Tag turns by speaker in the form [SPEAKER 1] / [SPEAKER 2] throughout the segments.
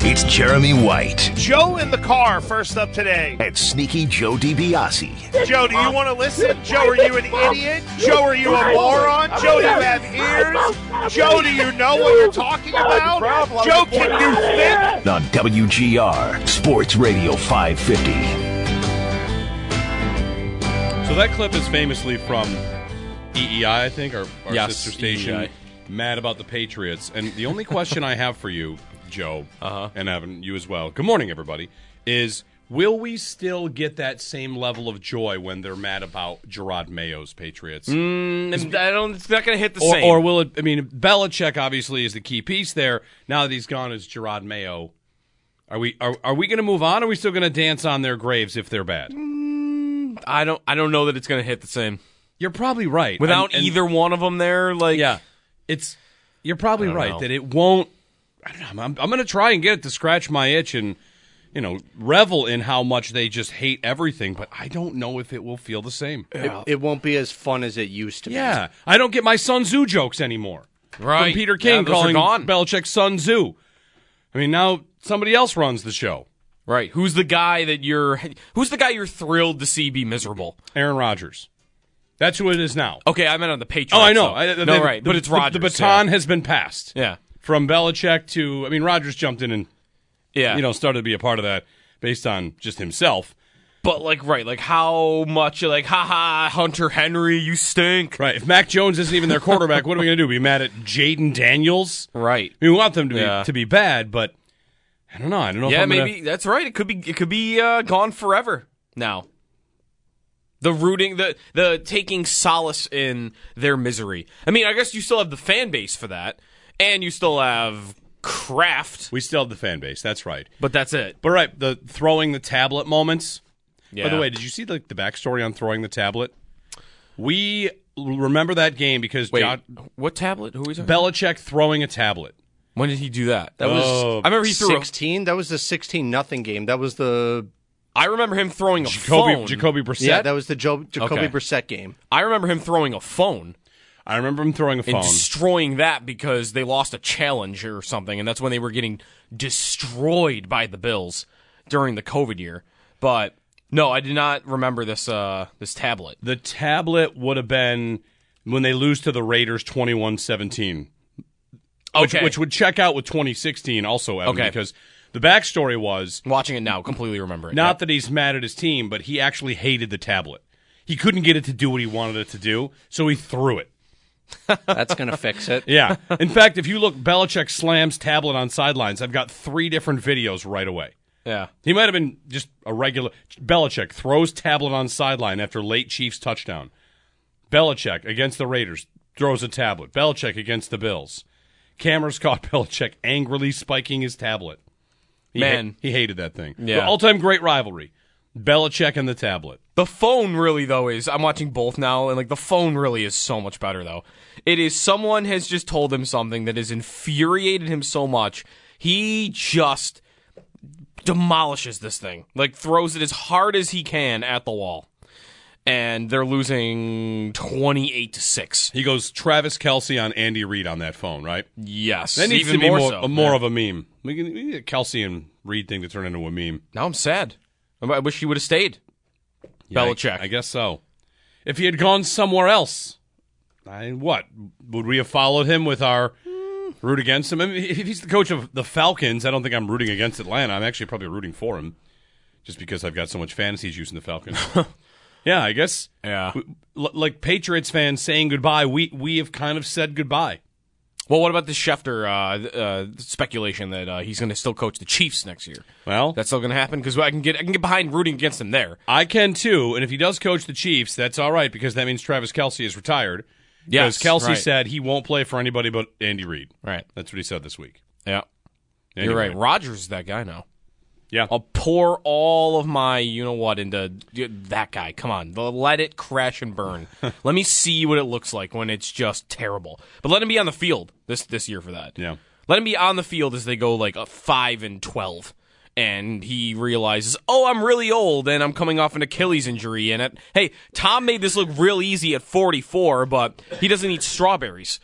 [SPEAKER 1] It's Jeremy White
[SPEAKER 2] Joe in the car first up today.
[SPEAKER 1] and Sneaky Joe DiBiase.
[SPEAKER 2] Joe, do you want to listen? Joe, are you an idiot? Joe, are you a moron? Joe, do you have ears? Joe, do you know what you're talking about? Joe, can you think?
[SPEAKER 1] On WGR Sports Radio 550.
[SPEAKER 3] So that clip is famously from EEI, I think, our, our
[SPEAKER 4] Yes,
[SPEAKER 3] sister station,
[SPEAKER 4] EEI.
[SPEAKER 3] mad about the Patriots. And the only question I have for you, Joe, and Evan, you as well. Good morning, everybody. Is will we still get that same level of joy when they're mad about Gerard Mayo's Patriots?
[SPEAKER 4] And I don't. It's not going to hit the
[SPEAKER 3] or,
[SPEAKER 4] same.
[SPEAKER 3] or will it? I mean, Belichick obviously is the key piece there. Now that he's gone, is Gerard Mayo? Are we are, are we going to move on? Or are we still going to dance on their graves if they're bad?
[SPEAKER 4] I don't. I don't know that it's going to hit the same
[SPEAKER 3] You're probably right.
[SPEAKER 4] without
[SPEAKER 3] And- and-
[SPEAKER 4] either one of them there. Like,
[SPEAKER 3] Yeah, it's you're probably
[SPEAKER 4] I don't
[SPEAKER 3] right
[SPEAKER 4] know.
[SPEAKER 3] that it won't. I don't know. I'm, I'm going to try and get it to scratch my itch and you know revel in how much they just hate everything. But I don't know if it will feel the same.
[SPEAKER 5] It, it won't be as fun as it used to be.
[SPEAKER 3] Yeah, I don't get my Sun Tzu jokes anymore.
[SPEAKER 4] Right.
[SPEAKER 3] From Peter
[SPEAKER 4] Yeah,
[SPEAKER 3] King
[SPEAKER 4] those are
[SPEAKER 3] calling
[SPEAKER 4] gone.
[SPEAKER 3] Belichick Sun Tzu. I mean, now somebody else runs the show.
[SPEAKER 4] right? Who's the guy that you're? Who's the guy you're thrilled to see be miserable?
[SPEAKER 3] Aaron Rodgers. That's who it is now.
[SPEAKER 4] Okay, I meant on the Patriots.
[SPEAKER 3] Oh, I know.
[SPEAKER 4] though.
[SPEAKER 3] I-
[SPEAKER 4] no,
[SPEAKER 3] the-
[SPEAKER 4] right?
[SPEAKER 3] the-
[SPEAKER 4] but it's
[SPEAKER 3] the-
[SPEAKER 4] Rodgers.
[SPEAKER 3] The baton has been passed.
[SPEAKER 4] Yeah.
[SPEAKER 3] From Belichick to, I mean, Rodgers jumped in and
[SPEAKER 4] Yeah. yeah.
[SPEAKER 3] you know, started to be a part of that based on just himself.
[SPEAKER 4] but like, right? Like, how much? Like, haha, Hunter Henry, you stink.
[SPEAKER 3] Right. If Mac Jones isn't even their quarterback, what are we going to do? Be mad at Jaden Daniels?
[SPEAKER 4] Right.
[SPEAKER 3] I mean, we want them to be
[SPEAKER 4] Yeah.
[SPEAKER 3] to be bad, but I don't know. I don't know.
[SPEAKER 4] Yeah,
[SPEAKER 3] if I'm gonna-
[SPEAKER 4] maybe that's right. It could be it could be uh, gone forever now. The rooting, the the taking solace in their misery. I mean, I guess you still have the fan base for that, and you still have Kraft,
[SPEAKER 3] we still have the fan base. That's right.
[SPEAKER 4] but that's it.
[SPEAKER 3] But right, the throwing the tablet moments.
[SPEAKER 4] Yeah.
[SPEAKER 3] By the way, did you see the, the backstory on throwing the tablet? We l- remember that game because
[SPEAKER 4] wait,
[SPEAKER 3] John
[SPEAKER 4] what tablet? Who are we talking? about?
[SPEAKER 3] Belichick throwing a tablet.
[SPEAKER 4] When did he do that? Oh, That
[SPEAKER 3] was-
[SPEAKER 4] I remember he threw. a-
[SPEAKER 5] 16? That was the 16 nothing game. That was the
[SPEAKER 4] I remember him throwing a
[SPEAKER 3] Jacoby
[SPEAKER 4] phone.
[SPEAKER 3] Jacoby Brissett.
[SPEAKER 5] Yeah, that was the jo- Jacoby
[SPEAKER 4] Okay.
[SPEAKER 5] Brissett game.
[SPEAKER 4] I remember him throwing a phone
[SPEAKER 3] I remember him throwing a
[SPEAKER 4] and
[SPEAKER 3] phone.
[SPEAKER 4] destroying that because they lost a challenge or something, and that's when they were getting destroyed by the Bills during the COVID year. But no, I did not remember this uh, this tablet.
[SPEAKER 3] the tablet would have been when they lose to the Raiders 21-17. Which,
[SPEAKER 4] Okay.
[SPEAKER 3] which would check out with 2016 also, Evan,
[SPEAKER 4] Okay.
[SPEAKER 3] because the backstory was
[SPEAKER 4] Watching it now, completely remember it.
[SPEAKER 3] not
[SPEAKER 4] Yep.
[SPEAKER 3] that he's mad at his team, but he actually hated the tablet. He couldn't get it to do what he wanted it to do, so he threw it.
[SPEAKER 5] That's going to fix it.
[SPEAKER 3] Yeah. In fact, if you look, Belichick slams tablet on sidelines. I've got three different videos right away.
[SPEAKER 4] yeah.
[SPEAKER 3] He might have been just a regular. Belichick throws tablet on sideline after late Chiefs touchdown. Belichick against the Raiders throws a tablet. Belichick against the Bills. Cameras caught Belichick angrily spiking his tablet. He
[SPEAKER 4] Man.
[SPEAKER 3] he hated that thing.
[SPEAKER 4] Yeah.
[SPEAKER 3] all time great rivalry. Belichick and the tablet.
[SPEAKER 4] The phone really though is I'm watching both now and like the phone really is so much better though. It is someone has just told him something that has infuriated him so much. He just demolishes this thing. Like throws it as hard as he can at the wall. And they're losing 28 to 6.
[SPEAKER 3] He goes Travis Kelsey on Andy Reid on that phone, right?
[SPEAKER 4] Yes.
[SPEAKER 3] That needs
[SPEAKER 4] even
[SPEAKER 3] to be
[SPEAKER 4] more,
[SPEAKER 3] more,
[SPEAKER 4] so,
[SPEAKER 3] a- more
[SPEAKER 4] yeah.
[SPEAKER 3] of a meme. We, can, we need a Kelsey and Reid thing to turn into a meme.
[SPEAKER 4] Now I'm sad. I I wish he would have stayed. Belichick.
[SPEAKER 3] I, I guess so. If he had gone somewhere else, I, what would we have followed him with our root against him. I mean, if he's the coach of the Falcons, I don't think I'm rooting against Atlanta. I'm actually probably rooting for him, just because I've got so much fantasy juice in the Falcons. yeah, I guess.
[SPEAKER 4] Yeah.
[SPEAKER 3] W- l- like Patriots fans saying goodbye, we we have kind of said goodbye.
[SPEAKER 4] Well, what about the Schefter uh, uh, speculation that uh, he's going to still coach the Chiefs next year?
[SPEAKER 3] Well,
[SPEAKER 4] That's still going to happen because I can get I can get behind rooting against him there.
[SPEAKER 3] I can too, and if he does coach the Chiefs, that's all right because that means Travis Kelsey is retired.
[SPEAKER 4] Yes,
[SPEAKER 3] because Kelsey
[SPEAKER 4] right.
[SPEAKER 3] said he won't play for anybody but Andy Reid.
[SPEAKER 4] Right.
[SPEAKER 3] That's what he said this week.
[SPEAKER 4] Yeah.
[SPEAKER 3] Anyway.
[SPEAKER 4] You're right. Rogers is that guy now.
[SPEAKER 3] Yeah.
[SPEAKER 4] I'll pour all of my you know what into that guy. Come on, let it crash and burn. let me see what it looks like when it's just terrible. But let him be on the field this this year for that.
[SPEAKER 3] Yeah.
[SPEAKER 4] Let him be on the field as they go like a five and twelve, and he realizes, oh, I'm really old, and I'm coming off an Achilles injury. And it, hey, Tom made this look real easy at 44, but he doesn't eat strawberries.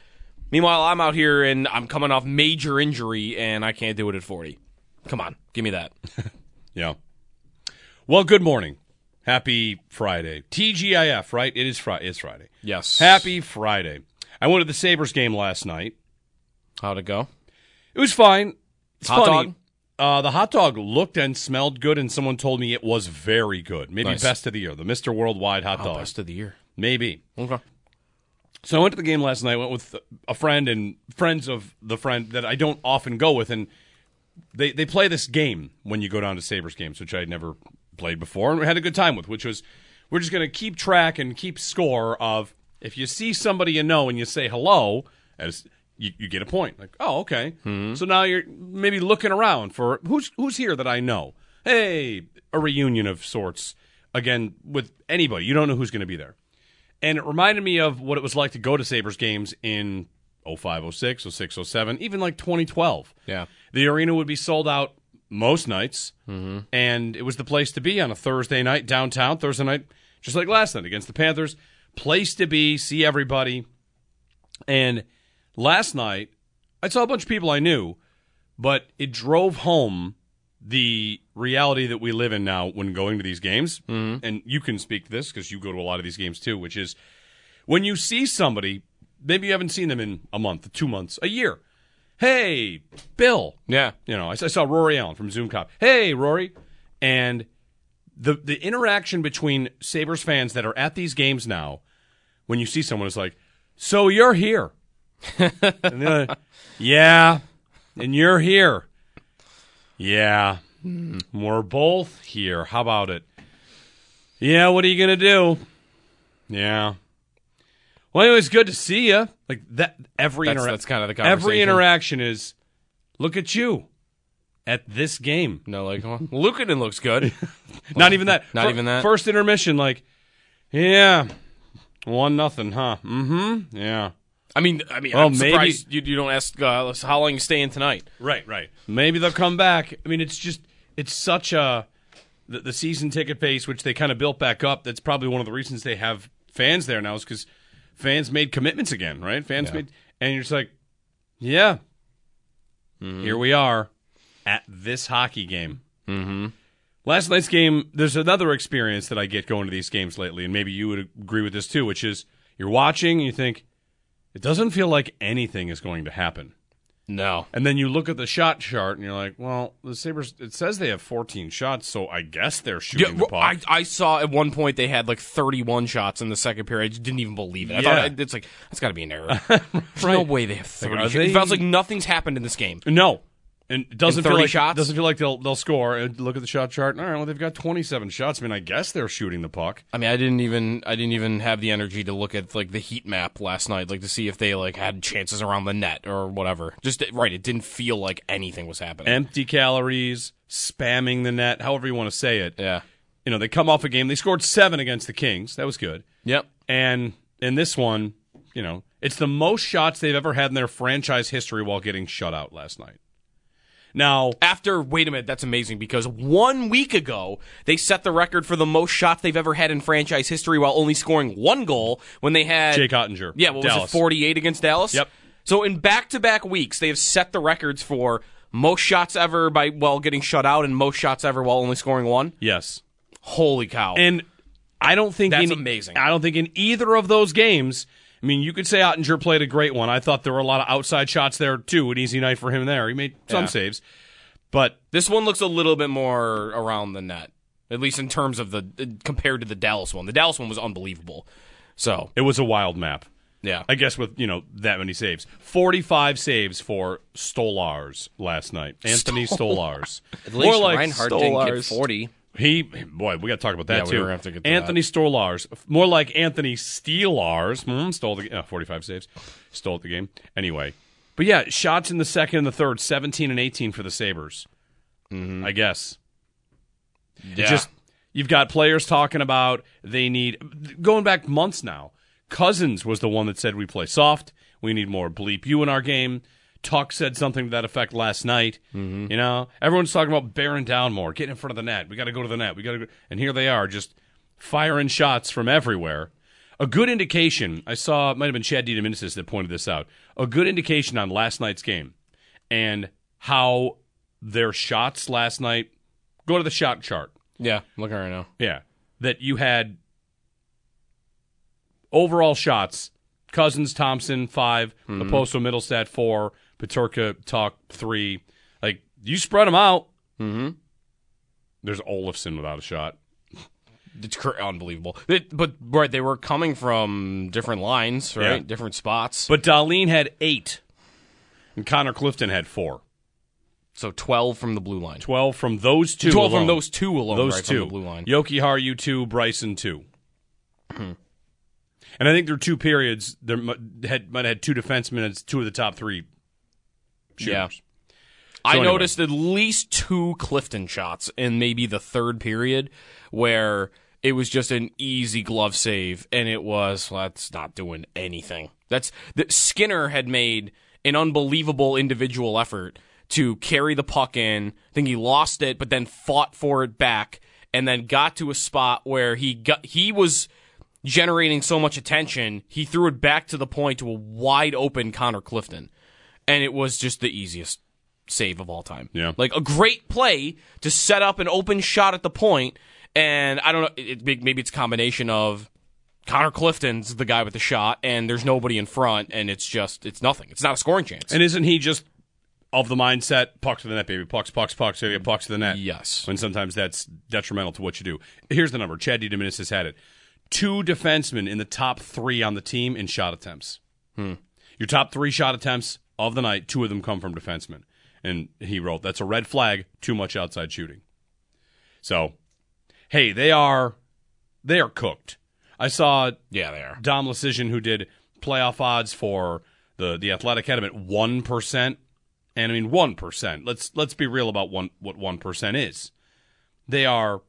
[SPEAKER 4] Meanwhile, I'm out here and I'm coming off major injury, and I can't do it at 40. Come on, give me that.
[SPEAKER 3] Yeah. Well, good morning. Happy Friday. TGIF, right? It is Friday. It's Friday.
[SPEAKER 4] Yes.
[SPEAKER 3] Happy Friday. I went to the Sabres game last night.
[SPEAKER 4] How'd it go?
[SPEAKER 3] It was fine. It's
[SPEAKER 4] Hot
[SPEAKER 3] funny.
[SPEAKER 4] dog?
[SPEAKER 3] Uh, the hot dog looked and smelled good, and someone told me it was very good. Maybe
[SPEAKER 4] Nice.
[SPEAKER 3] best of the year. The Mr. Worldwide hot dog.
[SPEAKER 4] of the year.
[SPEAKER 3] Maybe.
[SPEAKER 4] Okay.
[SPEAKER 3] So I went to the game last night. Went with a friend and friends of the friend that I don't often go with, and they they play this game when you go down to Sabres games, which I had never played before, and we had a good time with. Which was we're just going to keep track and keep score of if you see somebody you know and you say hello, as you, you get a point. Like oh okay, so now you're maybe looking around for who's who's here that I know. Hey, a reunion of sorts again with anybody. You don't know who's going to be there and it reminded me of what it was like to go to Sabres games in 05, 06, 06, 07, even like 2012.
[SPEAKER 4] Yeah.
[SPEAKER 3] The arena would be sold out most nights, and it was the place to be on a Thursday night downtown, Thursday night, just like last night against the Panthers. Place to be, see everybody. And last night, I saw a bunch of people I knew, but it drove home the reality that we live in now when going to these games. And you can speak to this because you go to a lot of these games too, which is when you see somebody, maybe you haven't seen them in a month, two months, a year. Hey, Bill.
[SPEAKER 4] Yeah.
[SPEAKER 3] You know, I s- I saw Rory Allen from Zoom Cop. Hey, Rory. And the the interaction between Sabres fans that are at these games now, when you see someone, is like, so you're here. and they're like, yeah. And you're here. Yeah. hmm, We're both here. How about it? Yeah, what are you going to do? Yeah. Well, anyway, it's good to see you. Like that, every
[SPEAKER 4] That's-
[SPEAKER 3] interaction.
[SPEAKER 4] that's kinda the
[SPEAKER 3] Every
[SPEAKER 4] conversation.
[SPEAKER 3] interaction is, look at you, at this game.
[SPEAKER 4] No, like well, Lukanen looks good.
[SPEAKER 3] Not even that.
[SPEAKER 4] Not
[SPEAKER 3] Fir-
[SPEAKER 4] even that.
[SPEAKER 3] First intermission, like, yeah, one nothing, huh? Mm-hmm. Yeah.
[SPEAKER 4] I mean, I mean,
[SPEAKER 3] Well,
[SPEAKER 4] I'm
[SPEAKER 3] maybe-
[SPEAKER 4] surprised you, you don't ask uh, how long you staying tonight.
[SPEAKER 3] Right, right. Maybe they'll come back. I mean, it's just it's such a the, the season ticket base, which they kind of built back up. That's probably one of the reasons they have fans there now, is because fans made commitments again, right? Fans made, and you're just like, yeah, here we are at this hockey game. Mm-hmm. Last night's game. There's another experience that I get going to these games lately, and maybe you would agree with this too, which is you're watching and you think it doesn't feel like anything is going to happen.
[SPEAKER 4] No.
[SPEAKER 3] And then you look at the shot chart and you're like, well, the Sabres, it says they have 14 shots, so I guess they're
[SPEAKER 4] Yeah,
[SPEAKER 3] shooting the
[SPEAKER 4] well,
[SPEAKER 3] puck.
[SPEAKER 4] I, I saw at one point they had like 31 shots in the second period. I just didn't even believe it. I
[SPEAKER 3] Yeah.
[SPEAKER 4] thought it's like that's got to be an error. There's no way they have 30.
[SPEAKER 3] are
[SPEAKER 4] shots. It feels
[SPEAKER 3] they-
[SPEAKER 4] like nothing's happened in this game.
[SPEAKER 3] no. And it doesn't
[SPEAKER 4] And
[SPEAKER 3] feel
[SPEAKER 4] 30
[SPEAKER 3] like
[SPEAKER 4] shots?
[SPEAKER 3] doesn't feel like they'll they'll score. And look at the shot chart. All right, well they've got 27 shots. I mean, I guess they're shooting the puck.
[SPEAKER 4] I mean, I didn't even I didn't even have the energy to look at like the heat map last night, like to see if they like had chances around the net or whatever. Just right, it didn't feel like anything was happening.
[SPEAKER 3] Empty calories, spamming the net, however you want to say it.
[SPEAKER 4] yeah.
[SPEAKER 3] You know, they come off a game. They scored 7 against the Kings. That was good.
[SPEAKER 4] Yep.
[SPEAKER 3] And in this one, you know, it's the most shots they've ever had in their franchise history while getting shut out last night. Now,
[SPEAKER 4] After wait a minute, that's amazing because one week ago they set the record for the most shots they've ever had in franchise history while only scoring one goal when they had
[SPEAKER 3] Jake Ottinger.
[SPEAKER 4] Yeah, what was
[SPEAKER 3] Dallas.
[SPEAKER 4] it, 48 against Dallas?
[SPEAKER 3] Yep.
[SPEAKER 4] So in back to back weeks, they have set the records for most shots ever by while getting shut out and most shots ever while only scoring one.
[SPEAKER 3] Yes.
[SPEAKER 4] Holy cow.
[SPEAKER 3] And I don't think
[SPEAKER 4] That's
[SPEAKER 3] in-
[SPEAKER 4] amazing.
[SPEAKER 3] I don't think in either of those games. I I mean, you could say Ottinger played a great one. I thought there were a lot of outside shots there too. An easy night for him there. He made some
[SPEAKER 4] Yeah.
[SPEAKER 3] saves, but
[SPEAKER 4] This one looks a little bit more around the net, at least in terms of the compared to the Dallas one. The Dallas one was unbelievable. So
[SPEAKER 3] it was a wild map.
[SPEAKER 4] yeah,
[SPEAKER 3] I guess with you know that many saves, forty-five saves for Stolars last night. Anthony Stolars,
[SPEAKER 5] At least
[SPEAKER 3] more like
[SPEAKER 5] Reinhardt didn't get
[SPEAKER 4] Stolars.
[SPEAKER 5] 40.
[SPEAKER 3] he. Boy, we got to talk about that
[SPEAKER 4] Yeah, we
[SPEAKER 3] too.
[SPEAKER 4] were gonna have to get to
[SPEAKER 3] Anthony Stolars, more like Anthony Steelars. Hmm, stole the uh, forty-five saves, stole the game anyway. But yeah, shots in the second and the third, seventeen and eighteen for the Sabers.
[SPEAKER 4] Mm-hmm.
[SPEAKER 3] I guess.
[SPEAKER 4] yeah.
[SPEAKER 3] Just you've got players talking about they need going back months now. Cousins was the one that said we play soft. We need more bleep you in our game. Tuck said something to that effect last night. You know, everyone's talking about bearing down more, getting in front of the net. We got to go to the net. We got to go. And here they are, just firing shots from everywhere. A good indication, I saw, it might have been Chad Dieteminis that pointed this out. A good indication on last night's game and how their shots last night go to the shot chart.
[SPEAKER 4] yeah. I'm looking right now.
[SPEAKER 3] Yeah. That you had overall shots Cousins, Thompson, 5
[SPEAKER 4] Hmm.
[SPEAKER 3] Oposo, Middlestat, four, Paterka, Tuck, three. Like, you spread them out. Mm-hmm. There's Olafson without a shot.
[SPEAKER 4] It's cr- unbelievable. It- but right, they were coming from different lines, right?
[SPEAKER 3] Yeah.
[SPEAKER 4] Different spots.
[SPEAKER 3] But Darlene had eight, and Connor Clifton had four.
[SPEAKER 4] so 12 from the blue line.
[SPEAKER 3] 12 from those two.
[SPEAKER 4] 12
[SPEAKER 3] alone.
[SPEAKER 4] from those two alone,
[SPEAKER 3] Those
[SPEAKER 4] right,
[SPEAKER 3] two.
[SPEAKER 4] from the blue line.
[SPEAKER 3] Yoki Haru, two. Bryson, two. Hmm. and I think there are two periods. There mu- had, might have had two defensemen and two of the top three
[SPEAKER 4] Yeah.
[SPEAKER 3] shooters.
[SPEAKER 4] I
[SPEAKER 3] anyway.
[SPEAKER 4] noticed at least two Clifton shots in maybe the third period where it was just an easy glove save and it was well, that's not doing anything. That's that Skinner had made an unbelievable individual effort to carry the puck in. I think he lost it but then fought for it back and then got to a spot where he got he was generating so much attention, he threw it back to the point to a wide open Connor Clifton. And it was just the easiest save of all time.
[SPEAKER 3] Yeah.
[SPEAKER 4] Like a great play to set up an open shot at the point, And I don't know, it, it- maybe it's a combination of Connor Clifton's the guy with the shot, and there's nobody in front, and it's just, it's nothing. It's not a scoring chance.
[SPEAKER 3] And isn't he just of the mindset puck to the net, baby? Pucks, pucks, pucks, baby, pucks to the net.
[SPEAKER 4] Yes.
[SPEAKER 3] And sometimes that's detrimental to what you do. Here's the number. Chad DiDominis has had it. Two defensemen in the top three on the team in shot attempts.
[SPEAKER 4] Hmm.
[SPEAKER 3] Your top three shot attempts of the night, two of them come from defensemen. And he wrote, that's a red flag, too much outside shooting. So, hey, they are they are cooked. I saw
[SPEAKER 4] yeah, they are.
[SPEAKER 3] Dom Lecision, who did playoff odds for the the Athletic, had him at one percent, and I mean one percent. Let's let's be real about one what one percent is. They are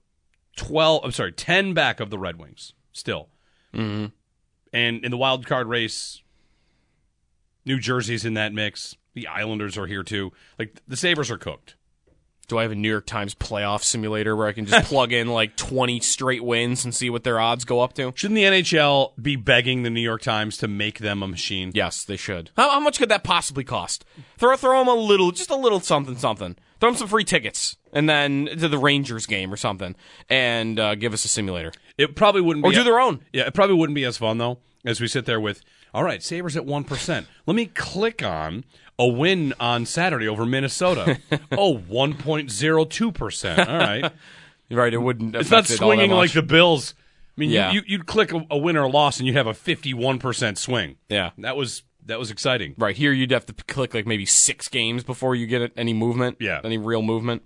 [SPEAKER 3] twelve. I'm sorry, ten back of the Red Wings still, mm-hmm. and in the wild card race, New Jersey's in that mix. The Islanders are here too. Like the Sabers are cooked.
[SPEAKER 4] Do I have a New York Times playoff simulator where I can just plug in like 20 straight wins and see what their odds go up to?
[SPEAKER 3] Shouldn't the NHL be begging the New York Times to make them a machine?
[SPEAKER 4] Yes, they should. How, how much could that possibly cost? Throw throw them a little, just a little something, something. Throw them some free tickets, and then to the Rangers game or something, and uh, give us a simulator.
[SPEAKER 3] It probably wouldn't be
[SPEAKER 4] Or do their own.
[SPEAKER 3] Yeah, it probably wouldn't be as fun though as we sit there with all right, Sabres at 1%. Let me click on a win on Saturday over Minnesota. oh, 1.02%. All right.
[SPEAKER 4] Right? It wouldn't.
[SPEAKER 3] It's not swinging like the Bills. I mean,
[SPEAKER 4] Yeah.
[SPEAKER 3] you, you, would click a, a win or a loss and you'd have a 51% swing.
[SPEAKER 4] Yeah.
[SPEAKER 3] That was that was exciting.
[SPEAKER 4] Right here, you'd have to p- click like maybe six games before you get any movement.
[SPEAKER 3] Yeah.
[SPEAKER 4] Any real movement.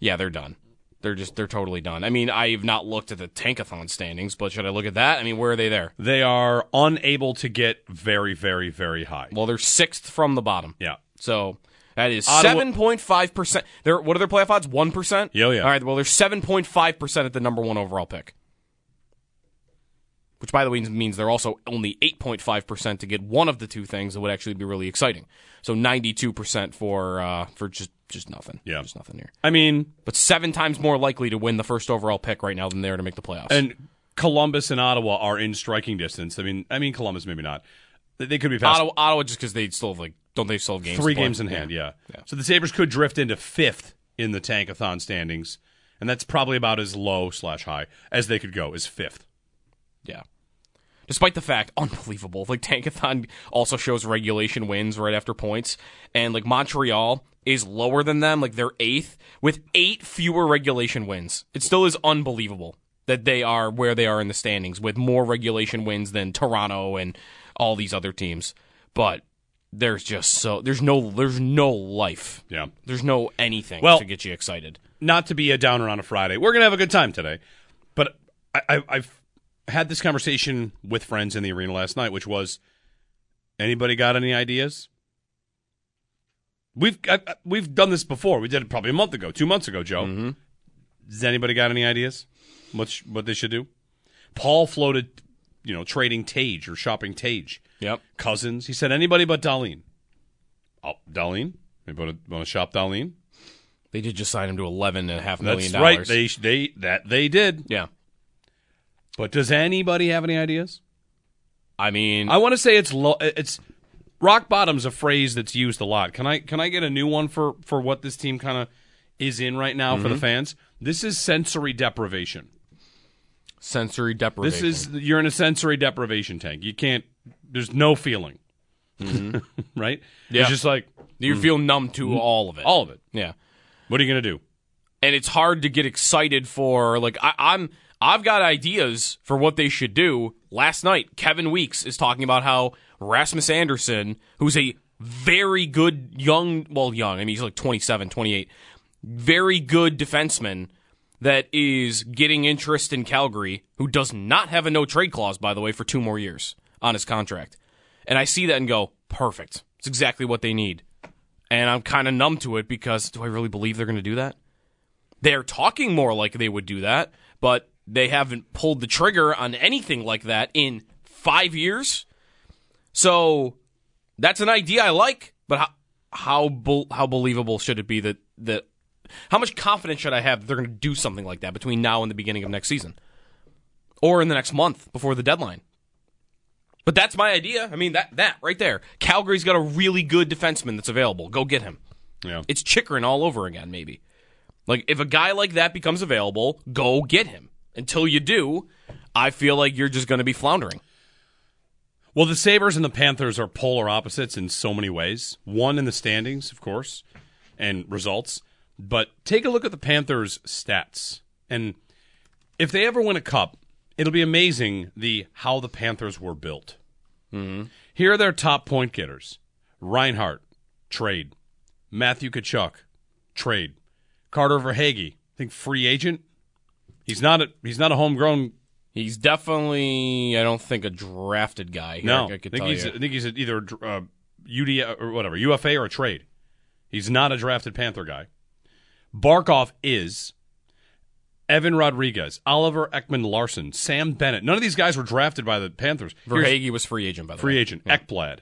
[SPEAKER 4] Yeah, they're done. They're just they're totally done. I mean, I've not looked at the tankathon standings, but should I look at that? I mean, where are they there?
[SPEAKER 3] They are unable to get very, very, very high.
[SPEAKER 4] Well, they're sixth from the bottom.
[SPEAKER 3] yeah.
[SPEAKER 4] So that is
[SPEAKER 3] Ottawa-
[SPEAKER 4] seven point five percent. They're what are their playoff odds? One percent.
[SPEAKER 3] Yeah, oh, yeah.
[SPEAKER 4] All right. Well, they're seven point five percent at the number one overall pick, which by the way means they're also only eight point five percent to get one of the two things that would actually be really exciting. So ninety two percent for uh, for just just nothing.
[SPEAKER 3] Yeah.
[SPEAKER 4] just nothing here.
[SPEAKER 3] I mean,
[SPEAKER 4] But seven times more likely to win the first overall pick right now than they are to make the playoffs.
[SPEAKER 3] and Columbus and Ottawa are in striking distance. I mean, I mean Columbus maybe not. They- They could be past
[SPEAKER 4] Ottawa, Ottawa just because they still have like don't they still have games?
[SPEAKER 3] three
[SPEAKER 4] to play?
[SPEAKER 3] games in hand. Yeah. So the Sabers could drift into fifth in the Tankathon standings, and that's probably about as low slash high as they could go is fifth.
[SPEAKER 4] Yeah. Despite the fact, unbelievable. Like Tankathon also shows regulation wins right after points, and like Montreal is lower than them. Like they're eighth with eight fewer regulation wins. It still is unbelievable that they are where they are in the standings with more regulation wins than Toronto and all these other teams. But there's just so there's no there's no life.
[SPEAKER 3] Yeah.
[SPEAKER 4] There's no anything
[SPEAKER 3] Well-
[SPEAKER 4] to get you excited.
[SPEAKER 3] not to be a downer on a Friday. We're gonna have a good time today, but I, I, I've had this conversation with friends in the arena last night, which was, anybody got any ideas? We've I, I- we've done this before. We did it probably a month ago, two months ago, Joe. Does anybody got any ideas? What's what they should do? Paul floated, you know, trading Tage or shopping Tage.
[SPEAKER 4] Yep.
[SPEAKER 3] Cousins. He said anybody but Darlene. Oh, Darlene. Anybody want to shop Darlene?
[SPEAKER 4] They did just sign him to eleven and a half million
[SPEAKER 3] That's right.
[SPEAKER 4] dollars.
[SPEAKER 3] They they that they did.
[SPEAKER 4] yeah.
[SPEAKER 3] But does anybody have any ideas?
[SPEAKER 4] I mean,
[SPEAKER 3] I want to say it's lo- uh, it's rock bottom's a phrase that's used a lot. Can I can I get a new one for for what this team kind of is in right now
[SPEAKER 4] Mm-hmm.
[SPEAKER 3] for the fans? This is sensory deprivation.
[SPEAKER 4] sensory deprivation.
[SPEAKER 3] This is you're in a sensory deprivation tank. You can't. There's no feeling. right?
[SPEAKER 4] Mm-hmm. Yeah.
[SPEAKER 3] It's just like
[SPEAKER 4] you feel numb to all of it.
[SPEAKER 3] Mm. all of it.
[SPEAKER 4] yeah.
[SPEAKER 3] What are you gonna do?
[SPEAKER 4] and it's hard to get excited for like I, I'm I've got ideas for what they should do. Last night, Kevin Weeks is talking about how Rasmus Anderson, who's a very good young, well, young, I mean, he's like 27, 28, very good defenseman that is getting interest in Calgary, who does not have a no trade clause, by the way, for two more years on his contract. And I see that and go, perfect. It's exactly what they need. And I'm kind of numb to it because do I really believe they're going to do that? they're talking more like they would do that, but they haven't pulled the trigger on anything like that in five years. So that's an idea I like, but how how, bel- how believable should it be that that how much confidence should I have that they're going to do something like that between now and the beginning of next season, or in the next month before the deadline? But that's my idea. I mean that that right there. Calgary's got a really good defenseman that's available. Go get him.
[SPEAKER 3] Yeah.
[SPEAKER 4] It's Chikrin all over again, maybe. Like if a guy like that becomes available, go get him. Until you do, I feel like you're just going to be floundering.
[SPEAKER 3] Well, the Sabres and the Panthers are polar opposites in so many ways. One in the standings, of course, and results. But take a look at the Panthers' stats. And if they ever win a cup, it'll be amazing the how the Panthers were built. Here are their top point getters Reinhardt, trade. Matthew Kachuk, trade. Carter Verhage, I think free agent. He's not a he's not a homegrown
[SPEAKER 4] He's definitely, I don't think, a drafted guy. Here,
[SPEAKER 3] no,
[SPEAKER 4] I could
[SPEAKER 3] think
[SPEAKER 4] tell
[SPEAKER 3] he's
[SPEAKER 4] you.
[SPEAKER 3] I think he's either a, uh, UD or whatever UFA or a trade. He's not a drafted Panther guy. Barkov is. Evan Rodriguez, Oliver Ekman Larson, Sam Bennett. None of these guys were drafted by the Panthers. Here's
[SPEAKER 4] Verhage was free agent by the
[SPEAKER 3] free
[SPEAKER 4] way.
[SPEAKER 3] agent Ekblad.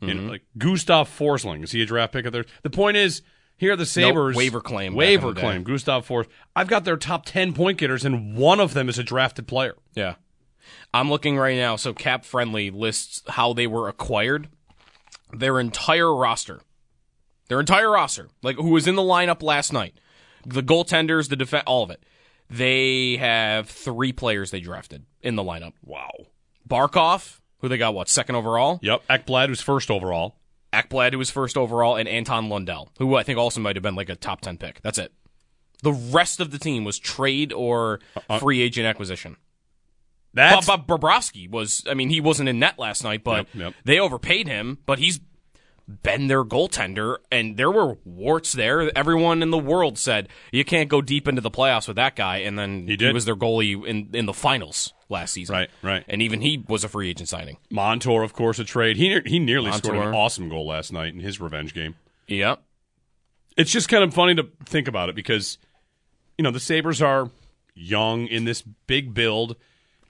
[SPEAKER 3] You
[SPEAKER 4] Mm-hmm.
[SPEAKER 3] know, like Gustav Forsling. Is he a draft pick of theirs? The point is, here are the Sabres.
[SPEAKER 4] waiver claim back
[SPEAKER 3] Waiver
[SPEAKER 4] in the
[SPEAKER 3] claim. Gustav Fors. I've got their top ten point getters, and one of them is a drafted player.
[SPEAKER 4] Yeah. I'm looking right now. So Cap Friendly lists how they were acquired. Their entire roster. Their entire roster. Like who was in the lineup last night. The goaltenders, the defense, all of it. They have three players they drafted in the lineup. Wow. Barkov, who they got what, second overall?
[SPEAKER 3] Yep. Ekblad was first overall.
[SPEAKER 4] Ekblad, who was first overall, and Anton Lundell, who I think also might have been like a top 10 pick. That's it. The rest of the team was trade or free agent acquisition.
[SPEAKER 3] That's
[SPEAKER 4] Bob, Bob Bobrovsky was. I mean, he wasn't in net last night, but
[SPEAKER 3] Yep, yep.
[SPEAKER 4] they overpaid him. But he's been their goaltender, and there were warts there. Everyone in the world said you can't go deep into the playoffs with that guy, and then
[SPEAKER 3] He did.
[SPEAKER 4] was their goalie in in the finals last season.
[SPEAKER 3] Right, right.
[SPEAKER 4] And even he was a free agent signing.
[SPEAKER 3] Montour, of course, a trade. He ne- he nearly scored an
[SPEAKER 4] Montour.
[SPEAKER 3] awesome goal last night in his revenge game.
[SPEAKER 4] Yeah,
[SPEAKER 3] It's just kind of funny to think about it because, you know, the Sabres are young in this big build.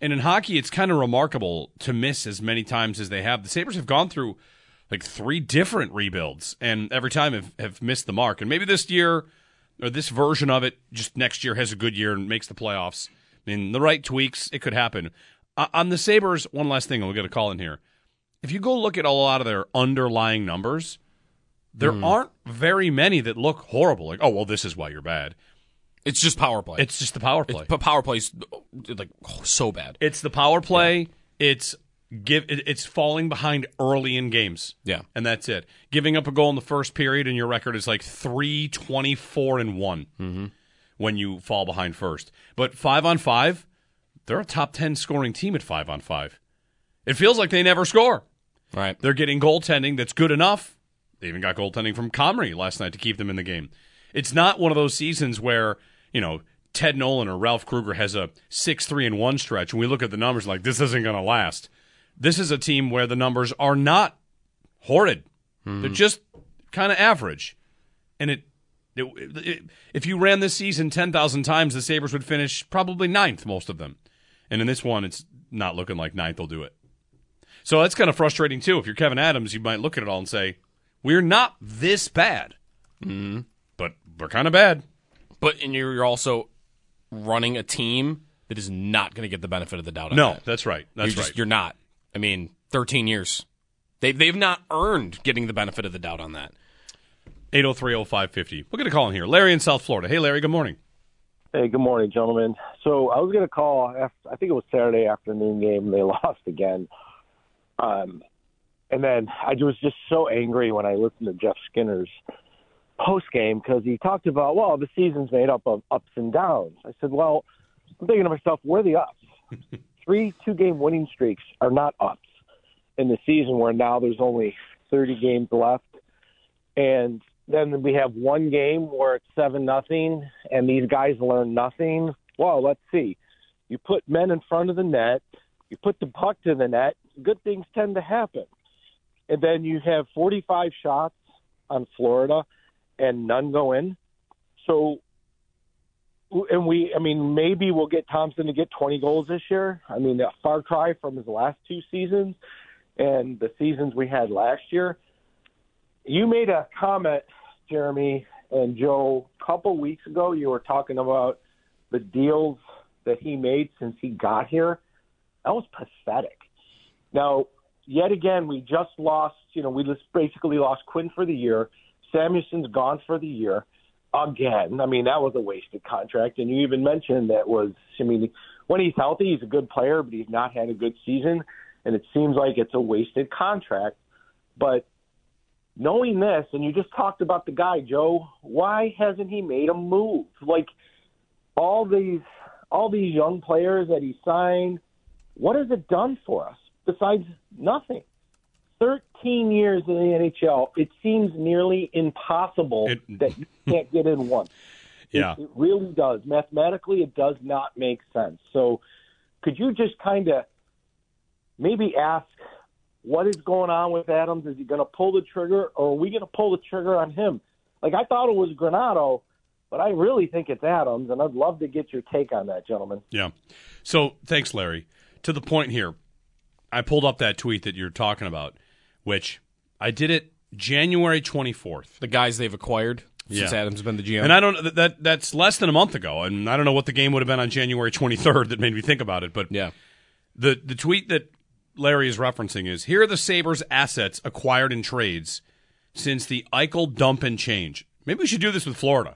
[SPEAKER 3] And in hockey, it's kind of remarkable to miss as many times as they have. The Sabres have gone through like three different rebuilds and every time have, have missed the mark. And maybe this year or this version of it, just next year has a good year and makes the playoffs. I mean, the right tweaks, it could happen. Uh, on the Sabres, one last thing, and we'll get a call in here. If you go look at a lot of their underlying numbers, there aren't very many that look horrible. Like, oh well, this is why you're bad.
[SPEAKER 4] it's just power play.
[SPEAKER 3] It's just the power play.
[SPEAKER 4] but power plays like so bad.
[SPEAKER 3] It's the power play. It's give it, it's falling behind early in games.
[SPEAKER 4] Yeah.
[SPEAKER 3] and that's it. Giving up a goal in the first period and your record is like three twenty four and one when you fall behind first. But five on five, they're a top ten scoring team at five on five. It feels like they never score.
[SPEAKER 4] Right.
[SPEAKER 3] They're getting goaltending that's good enough. They even got goaltending from Comrie last night to keep them in the game. It's not one of those seasons where, you know, Ted Nolan or Ralph Kruger has a 6 3 and 1 stretch, and we look at the numbers like, this isn't going to last. This is a team where the numbers are not horrid, they're just kind of average. And it, it, it, if you ran this season 10,000 times, the Sabres would finish probably ninth, most of them. And in this one, it's not looking like ninth will do it. So that's kind of frustrating too. If you're Kevin Adams, you might look at it all and say, "We're not this bad, Mm-hmm. but we're kind of bad."
[SPEAKER 4] But and you're, you're also running a team that is not going to get the benefit of the doubt. on
[SPEAKER 3] No,
[SPEAKER 4] that.
[SPEAKER 3] that's right.
[SPEAKER 4] you're
[SPEAKER 3] That's
[SPEAKER 4] just-
[SPEAKER 3] right.
[SPEAKER 4] You're not. I mean, 13 years. They they've not earned getting the benefit of the doubt on that.
[SPEAKER 3] 803-0550. We'll get a call in here. Larry in South Florida. Hey, Larry. Good morning.
[SPEAKER 6] Hey, good morning, gentlemen. So I was going to call. After, I think it was Saturday afternoon game. They lost again, um, and then I was just so angry when I listened to Jeff Skinner's post game because he talked about, well, the season's made up of ups and downs. I said, well, I'm thinking to myself, where are the ups? Three two game winning streaks are not ups in the season where now there's only 30 games left and then we have one game where it's seven nothing, and these guys learn nothing. Well, let's see. You put men in front of the net, you put the puck to the net. Good things tend to happen, and then you have 45 shots on Florida, and none go in. So, and we, I mean, maybe we'll get Thompson to get 20 goals this year. I mean, a far cry from his last two seasons and the seasons we had last year you made a comment, Jeremy and Joe, a couple weeks ago. You were talking about the deals that he made since he got here. That was pathetic. Now, yet again, we just lost. You know, we just basically lost Quinn for the year. Samuelson's gone for the year again. I mean, that was a wasted contract. And you even mentioned that was. I mean, when he's healthy, he's a good player, but he's not had a good season, and it seems like it's a wasted contract. But knowing this, and you just talked about the guy, Joe, why hasn't he made a move? Like all these all these young players that he signed, what has it done for us besides nothing? Thirteen years in the NHL, it seems nearly impossible
[SPEAKER 3] It-
[SPEAKER 6] that you can't get in once.
[SPEAKER 3] Yeah.
[SPEAKER 6] It really does. Mathematically, it does not make sense. So, could you just kind of maybe ask what is going on with Adams? Is he going to pull the trigger, or are we going to pull the trigger on him? Like, I thought it was Granado, but I really think it's Adams, and I'd love to get your take on that, gentlemen.
[SPEAKER 3] Yeah. So thanks, Larry. To the point here, I pulled up that tweet that you're talking about, which I did it January 24th.
[SPEAKER 4] The guys they've acquired since
[SPEAKER 3] Yeah.
[SPEAKER 4] Adams has been the GM.
[SPEAKER 3] And I don't th- that that's less than a month ago, and I don't know what the game would have been on January 23rd that made me think about it. But
[SPEAKER 4] yeah.
[SPEAKER 3] the the tweet that Larry is referencing is here are the Sabres assets acquired in trades since the Eichel dump and change. Maybe we should do this with Florida.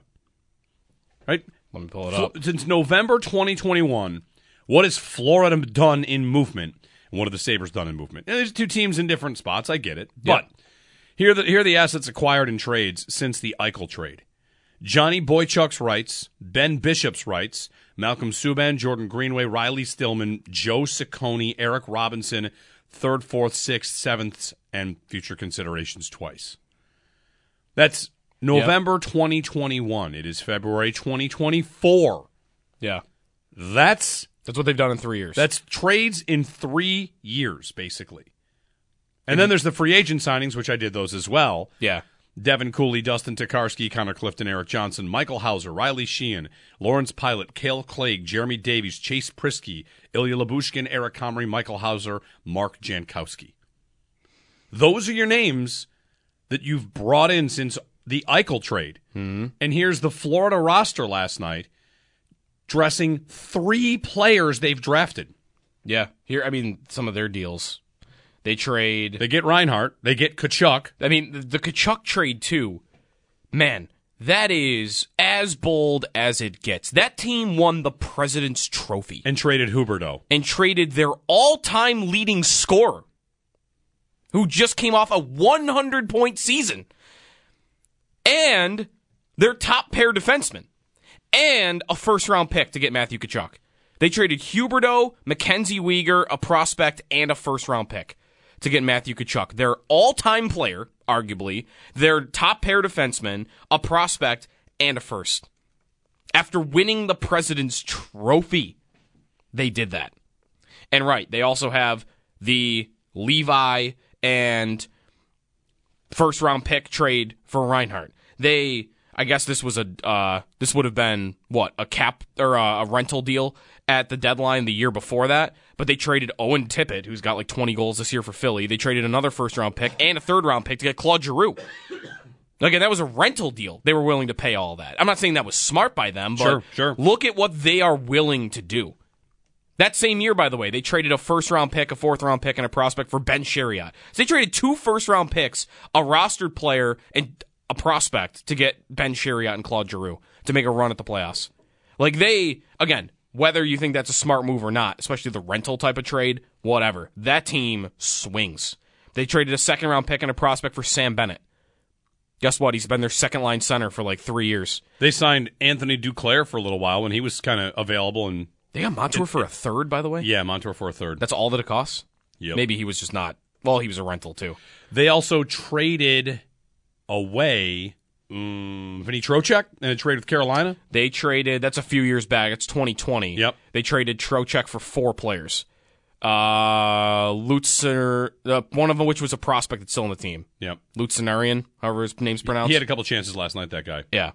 [SPEAKER 3] Right?
[SPEAKER 4] Let me pull it up.
[SPEAKER 3] Fl- Since November 2021, what has Florida done in movement? And what have the Sabres done in movement? And there's two teams in different spots. I get it. But here are, the, here are the assets acquired in trades since the Eichel trade. Johnny Boychuk's rights, Ben Bishop's rights, Malcolm Subban, Jordan Greenway, Riley Stillman, Joe Ciccone, Eric Robinson, third, fourth, sixth, seventh, and future considerations twice. That's November 2021. It is February 2024.
[SPEAKER 4] Yeah.
[SPEAKER 3] That's
[SPEAKER 4] That's what they've done in three years.
[SPEAKER 3] that's trades in three years, basically. And then there's the free agent signings, which I did those as well.
[SPEAKER 4] yeah.
[SPEAKER 3] Devin Cooley, Dustin Tokarski, Connor Clifton, Eric Johnson, Michael Hauser, Riley Sheehan, Lawrence Pilot, Cale Clegg, Jeremy Davies, Chase Prisky, Ilya Labushkin, Eric Comrie, Michael Hauser, Mark Jankowski. Those are your names that you've brought in since the Eichel trade. And here's the Florida roster last night dressing three players they've drafted.
[SPEAKER 4] Yeah. Here I mean some of their deals. They trade
[SPEAKER 3] They get Reinhardt, they get Kachuk.
[SPEAKER 4] I mean, the, the Kachuk trade too. Man, That is as bold as it gets. That team won the President's Trophy
[SPEAKER 3] and traded Huberto.
[SPEAKER 4] and traded their all-time leading scorer, who just came off a 100-point season, and their top pair defenseman, and a first-round pick to get Matthew Kachuk. They traded Huberto, Mackenzie Weegar, a prospect, and a first-round pick to get Matthew Kachuk. Their all-time player, arguably, their top pair defenseman, a prospect, and a first. After winning the President's Trophy they did that. And right, they also have the Levi and first round pick trade for Reinhardt. They, I guess this was a, uh, this would have been what a cap or uh, a, a rental deal at the deadline the year before that. But they traded Owen Tippett, who's got like 20 goals this year for Philly. They traded another first round pick and a third round pick to get Claude Giroux. Again, that was a rental deal. They were willing to pay all that. I'm not saying that was smart by them, but
[SPEAKER 3] Sure, sure.
[SPEAKER 4] look at what they are willing to do. That same year, by the way, they traded a first round pick, a fourth round pick, and a prospect for Ben Sherriott. So they traded two first round picks, a rostered player, and a prospect to get Ben Sherriott and Claude Giroux to make a run at the playoffs. Like they, again, whether you think that's a smart move or not, especially the rental type of trade, whatever, that team swings. They traded a second round pick and a prospect for Sam Bennett. Guess what? He's been their second line center for like three years.
[SPEAKER 3] They signed Anthony Duclair for a little while when he was kind of available, and
[SPEAKER 4] They got Montour for a third, by the way.
[SPEAKER 3] yeah, Montour for a third.
[SPEAKER 4] That's all that it costs.
[SPEAKER 3] Yep.
[SPEAKER 4] Maybe he was just not. Well, he was a rental too.
[SPEAKER 3] They also traded away mm, Vinny Trocheck and a trade with Carolina.
[SPEAKER 4] They traded. That's a few years back. It's 2020.
[SPEAKER 3] Yep.
[SPEAKER 4] They traded Trocheck for four players. Uh, Lutzer, uh, one of which was a prospect that's still on the team.
[SPEAKER 3] Yep.
[SPEAKER 4] Lutzenarian, however his name's pronounced.
[SPEAKER 3] He had a couple chances last night, that guy.
[SPEAKER 4] yeah.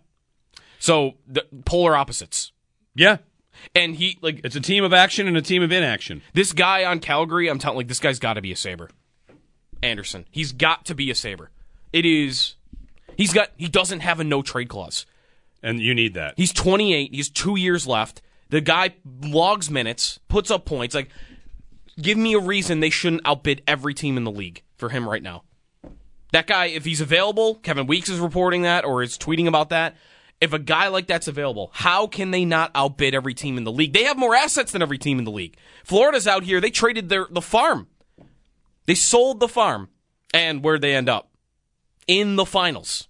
[SPEAKER 4] So the polar opposites,
[SPEAKER 3] Yeah.
[SPEAKER 4] and he like
[SPEAKER 3] It's a team of action and a team of inaction.
[SPEAKER 4] this guy on Calgary. I'm telling like this guy's got to be a saber. Anderson, he's got to be a saber. It is. He's got. He doesn't have a no trade clause.
[SPEAKER 3] And you need that.
[SPEAKER 4] He's 28. He's two years left. The guy logs minutes, puts up points. Like, give me a reason they shouldn't outbid every team in the league for him right now. That guy, if he's available, Kevin Weeks is reporting that or is tweeting about that. If a guy like that's available, how can they not outbid every team in the league? They have more assets than every team in the league. Florida's out here. They traded their the farm. They sold the farm. And where'd they end up? In the finals.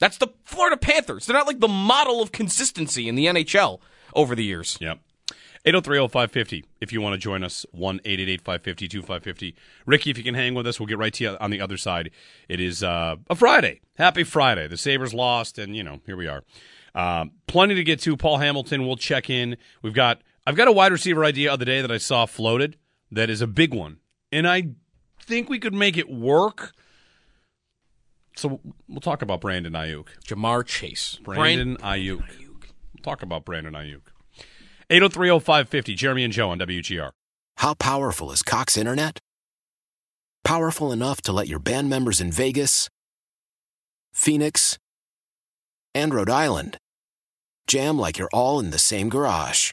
[SPEAKER 4] That's the Florida Panthers. They're not like the model of consistency in the NHL over the years.
[SPEAKER 3] Yep. 803-0550 if you want to join us. 1-888-550-2550. Ricky, if you can hang with us, we'll get right to you on the other side. It is uh, a Friday. Happy Friday. The Sabres lost, and, you know, here we are. Um, plenty to get to. Paul Hamilton will check in. We've got – I've got a wide receiver idea of the day that I saw floated that is a big one, and I think we could make it work. So we'll talk about Brandon Ayuk.
[SPEAKER 4] Jamar Chase.
[SPEAKER 3] Brandon Ayuk. Talk about Brandon Ayuk. 8030550, Jeremy and Joe on WGR.
[SPEAKER 7] How powerful is Cox Internet? Powerful enough to let your band members in Vegas, Phoenix, and Rhode Island jam like you're all in the same garage.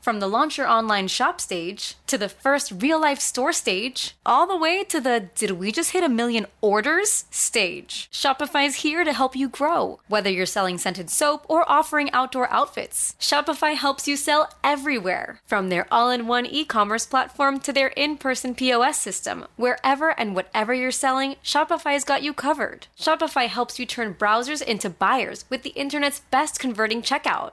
[SPEAKER 8] From the launch your online shop stage to the first real life store stage, all the way to the did we just hit a million orders stage. Shopify is here to help you grow. Whether you're selling scented soap or offering outdoor outfits, Shopify helps you sell everywhere. From their all in one e commerce platform to their in person POS system, wherever and whatever you're selling, Shopify's got you covered. Shopify helps you turn browsers into buyers with the internet's best converting checkout.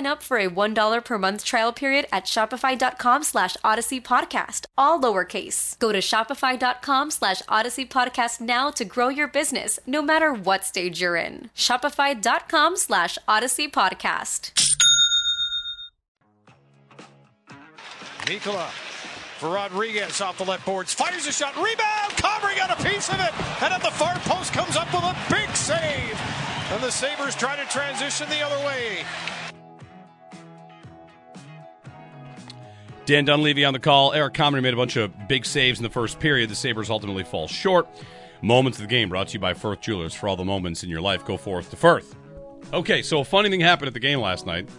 [SPEAKER 8] up for a $1 per month trial period at shopify.com slash odyssey podcast, all lowercase. Go to shopify.com slash odyssey podcast now to grow your business, no matter what stage you're in. Shopify.com slash odyssey podcast.
[SPEAKER 2] Nikola for Rodriguez off the left boards. Fires a shot. Rebound. Comrie got a piece of it. And at the far post comes up with a big save. And the Sabres try to transition the other way.
[SPEAKER 3] Dan Dunleavy on the call. Eric Comrie made a bunch of big saves in the first period. The Sabres ultimately fall short. Moments of the game brought to you by Firth Jewelers. For all the moments in your life, go forth to Firth. Okay, so a funny thing happened at the game last night.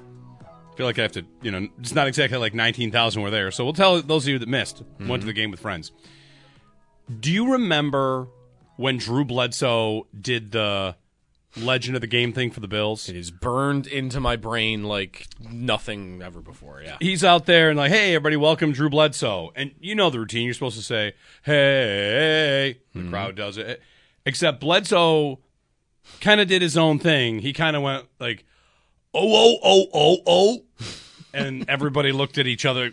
[SPEAKER 3] I feel like I have to, you know, it's not exactly like 19,000 were there. So we'll tell those of you that missed, went to the game with friends. Do you remember when Drew Bledsoe did the legend of the game thing for the Bills? It
[SPEAKER 4] is burned into my brain like nothing ever before. Yeah.
[SPEAKER 3] He's out there and like, hey, everybody, welcome Drew Bledsoe. And you know the routine. You're supposed to say, hey. The crowd does it. Except Bledsoe kind of did his own thing. He kind of went like, oh, oh, oh, oh, oh. and everybody looked at each other.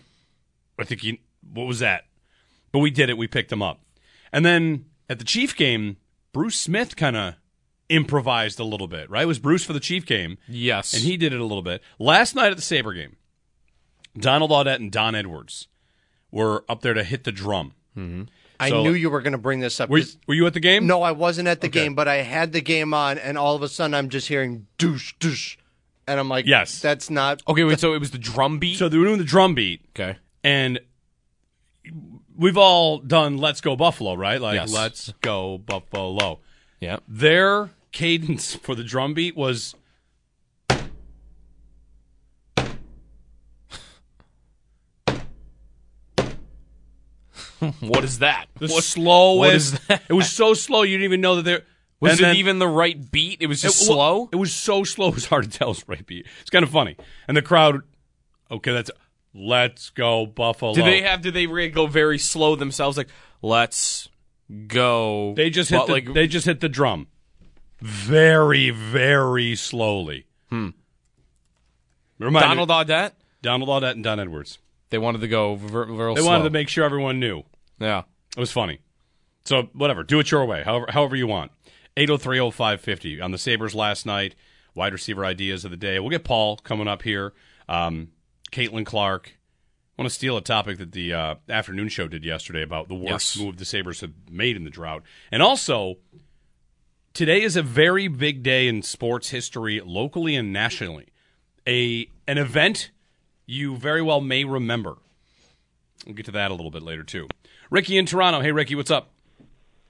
[SPEAKER 3] I think he, what was that? But we did it. We picked him up. And then at the Chief game, Bruce Smith kind of improvised a little bit, right? It was Bruce for the Chief game.
[SPEAKER 4] Yes.
[SPEAKER 3] And he did it a little bit. Last night at the Sabre game, Donald Audette and Don Edwards were up there to hit the drum. Mm-hmm.
[SPEAKER 5] I knew you were going to bring this up.
[SPEAKER 3] Were,
[SPEAKER 5] 'cause-
[SPEAKER 3] were you at the game?
[SPEAKER 5] No, I wasn't at the game, but I had the game on, and all of a sudden I'm just hearing douche, douche. And I'm like,
[SPEAKER 3] Yes.
[SPEAKER 5] that's not.
[SPEAKER 4] Okay, wait. So it was the drum beat.
[SPEAKER 3] So they were doing the drum beat.
[SPEAKER 4] okay.
[SPEAKER 3] and we've all done let's go buffalo right like
[SPEAKER 4] Yes.
[SPEAKER 3] let's go buffalo
[SPEAKER 4] Yeah.
[SPEAKER 3] their cadence for the drum beat was
[SPEAKER 4] What is that?
[SPEAKER 3] the
[SPEAKER 4] What-
[SPEAKER 3] slowest
[SPEAKER 4] What is that?
[SPEAKER 3] it was so slow you didn't even know that there
[SPEAKER 4] Was
[SPEAKER 3] and
[SPEAKER 4] it
[SPEAKER 3] then-
[SPEAKER 4] even the right beat? It was
[SPEAKER 3] it,
[SPEAKER 4] just
[SPEAKER 3] wa-
[SPEAKER 4] slow.
[SPEAKER 3] it was so slow it was hard to tell it was right beat it's kind of funny and the crowd okay that's let's go buffalo
[SPEAKER 4] Did they have? Did they re- go very slow themselves? Like, let's go.
[SPEAKER 3] They just hit
[SPEAKER 4] But,
[SPEAKER 3] the,
[SPEAKER 4] like
[SPEAKER 3] they just hit the drum very very slowly hmm Reminder,
[SPEAKER 4] Donald Audette.
[SPEAKER 3] Donald Audette and Don Edwards.
[SPEAKER 4] They wanted to go ver- real
[SPEAKER 3] They
[SPEAKER 4] slow.
[SPEAKER 3] wanted to make sure everyone knew.
[SPEAKER 4] yeah.
[SPEAKER 3] It was funny. So whatever, do it your way, however however you want. 8030550 on the Sabres last night. Wide receiver ideas of the day. We'll get Paul coming up here. Um, Caitlin Clark. I want to steal a topic that the uh, afternoon show did yesterday about the worst
[SPEAKER 4] Yes.
[SPEAKER 3] move the Sabres have made in the drought. And also, today is a very big day in sports history, locally and nationally. A An event you very well may remember. We'll get to that a little bit later, too. Ricky in Toronto. Hey, Ricky, what's up?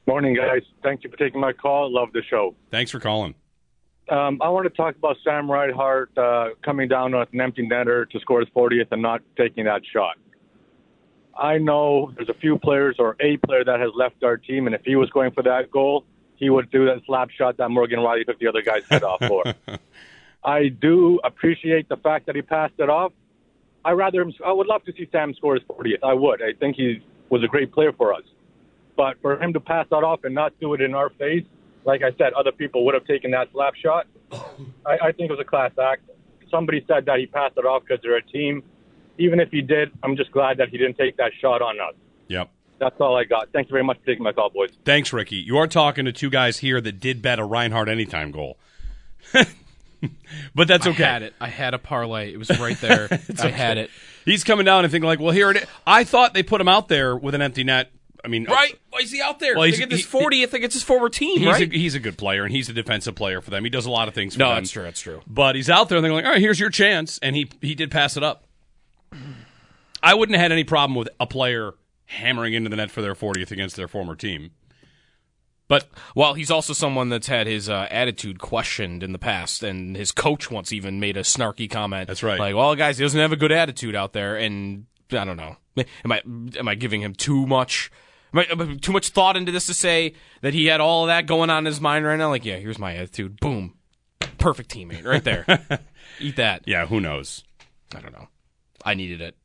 [SPEAKER 9] Morning, guys. Thank you for taking my call. Love the show.
[SPEAKER 3] Thanks for calling.
[SPEAKER 9] Um, I want to talk about Sam Reinhart uh, coming down with an empty netter to score his 40th and not taking that shot. I know there's a few players or a player that has left our team, and if he was going for that goal, he would do that slap shot that Morgan Riley took the other guy's head off for. I do appreciate the fact that he passed it off. I rather him, I would love to see Sam score his 40th. I would. I think he was a great player for us. But for him to pass that off and not do it in our face, like I said, other people would have taken that slap shot. I, I think it was a class act. Somebody said that he passed it off because they're a team. Even if he did, I'm just glad that he didn't take that shot on us.
[SPEAKER 3] Yep.
[SPEAKER 9] That's all I got. Thank you very much for taking my call, boys.
[SPEAKER 3] Thanks, Ricky. You are talking to two guys here that did bet a Reinhardt anytime goal. but that's okay.
[SPEAKER 4] I had it. I had a parlay. It was right there. I had it.
[SPEAKER 3] He's coming down and thinking like, well, here it. Is. I thought they put him out there with an empty net. I mean,
[SPEAKER 4] Right? Why is he out there?
[SPEAKER 3] Well,
[SPEAKER 4] they
[SPEAKER 3] he's-
[SPEAKER 4] get this
[SPEAKER 3] he-
[SPEAKER 4] 40. I think it's his former team,
[SPEAKER 3] He's,
[SPEAKER 4] right?
[SPEAKER 3] a, he's a good player and he's a defensive player for them. He does a lot of things. For
[SPEAKER 4] No,
[SPEAKER 3] them.
[SPEAKER 4] that's true, that's true.
[SPEAKER 3] But he's out there and they're like, all right, here's your chance, and he he did pass it up. I wouldn't have had any problem with a player hammering into the net for their 40th against their former team. But
[SPEAKER 4] well, he's also someone that's had his uh, attitude questioned in the past, and his coach once even made a snarky comment. That's right. Like, well, guys, he doesn't have a good attitude out there, and I don't know. Am I am I giving him too much? Am I, am I too much thought into this to say that he had all of that going on in his mind right now? Like, yeah, here's my attitude. Boom, perfect teammate right there. Eat that.
[SPEAKER 3] Yeah, who knows?
[SPEAKER 4] I don't know. I needed it.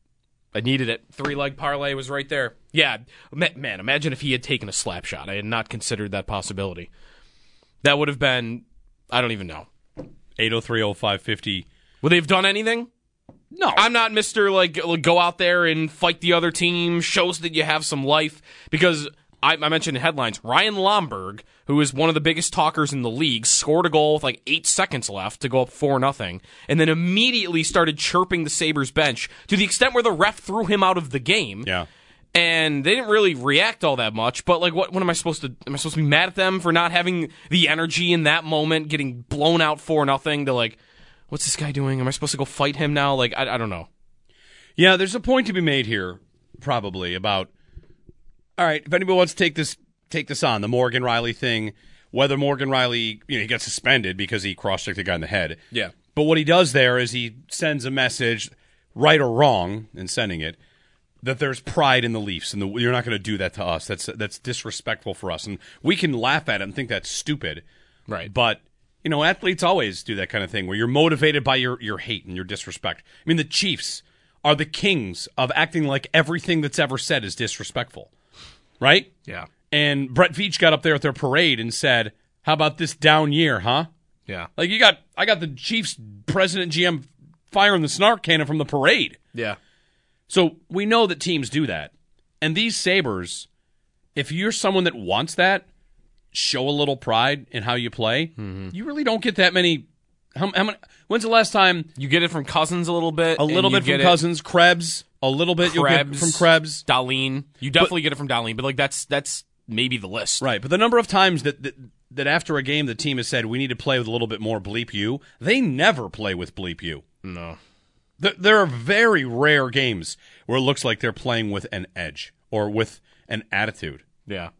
[SPEAKER 4] I needed it. Three leg parlay was right there. Yeah, ma- man. Imagine if he had taken a slap shot. I had not considered that possibility. That would have been. I don't even know.
[SPEAKER 3] 8030550.
[SPEAKER 4] Would they have done anything? No. I'm not Mister like like, go out there and fight the other team. Shows that you have some life because. I, I mentioned in headlines. Ryan Lomberg, who is one of the biggest talkers in the league, scored a goal with like eight seconds left to go up four nothing, and then immediately started chirping the Sabers bench to the extent where the ref threw him out of the game.
[SPEAKER 3] Yeah.
[SPEAKER 4] And they didn't really react all that much, but like, what? What am I supposed to? Am I supposed to be mad at them for not having the energy in that moment, getting blown out four nothing? To like, what's this guy doing? Am I supposed to go fight him now? Like, I, I don't know.
[SPEAKER 3] Yeah, there's a point to be made here, probably about. All right, if anybody wants to take this take this on the Morgan Riley thing, whether Morgan Riley, you know, he got suspended because he cross checked the guy in the head.
[SPEAKER 4] Yeah.
[SPEAKER 3] But what he does there is he sends a message, right or wrong, in sending it, that there's pride in the Leafs, and the, you're not going to do that to us. That's that's disrespectful for us, and we can laugh at it and think that's stupid.
[SPEAKER 4] Right.
[SPEAKER 3] But you know, athletes always do that kind of thing where you're motivated by your your hate and your disrespect. I mean, the Chiefs are the kings of acting like everything that's ever said is disrespectful, right?
[SPEAKER 4] Yeah.
[SPEAKER 3] And Brett Veach got up there at their parade and said, "How about this down year, huh?"
[SPEAKER 4] Yeah.
[SPEAKER 3] Like you got, I got the Chiefs president GM firing the snark cannon from the parade.
[SPEAKER 4] Yeah.
[SPEAKER 3] So we know that teams do that, and these Sabers, if you're someone that wants that, show a little pride in how you play. You really don't get that many. How, how many? When's the last time?
[SPEAKER 4] You get it from Cousins a little bit.
[SPEAKER 3] A
[SPEAKER 4] and
[SPEAKER 3] little
[SPEAKER 4] you
[SPEAKER 3] bit
[SPEAKER 4] get
[SPEAKER 3] from
[SPEAKER 4] it-
[SPEAKER 3] Cousins, Krebs. A little bit you'll get
[SPEAKER 4] Krebs,
[SPEAKER 3] from Krebs.
[SPEAKER 4] Darlene. You definitely get it from Darlene, but like that's that's maybe the list.
[SPEAKER 3] Right, but the number of times that, that that after a game the team has said we need to play with a little bit more bleep you, they never play with bleep you.
[SPEAKER 4] No.
[SPEAKER 3] There, there are very rare games where it looks like they're playing with an edge or with an attitude.
[SPEAKER 4] Yeah.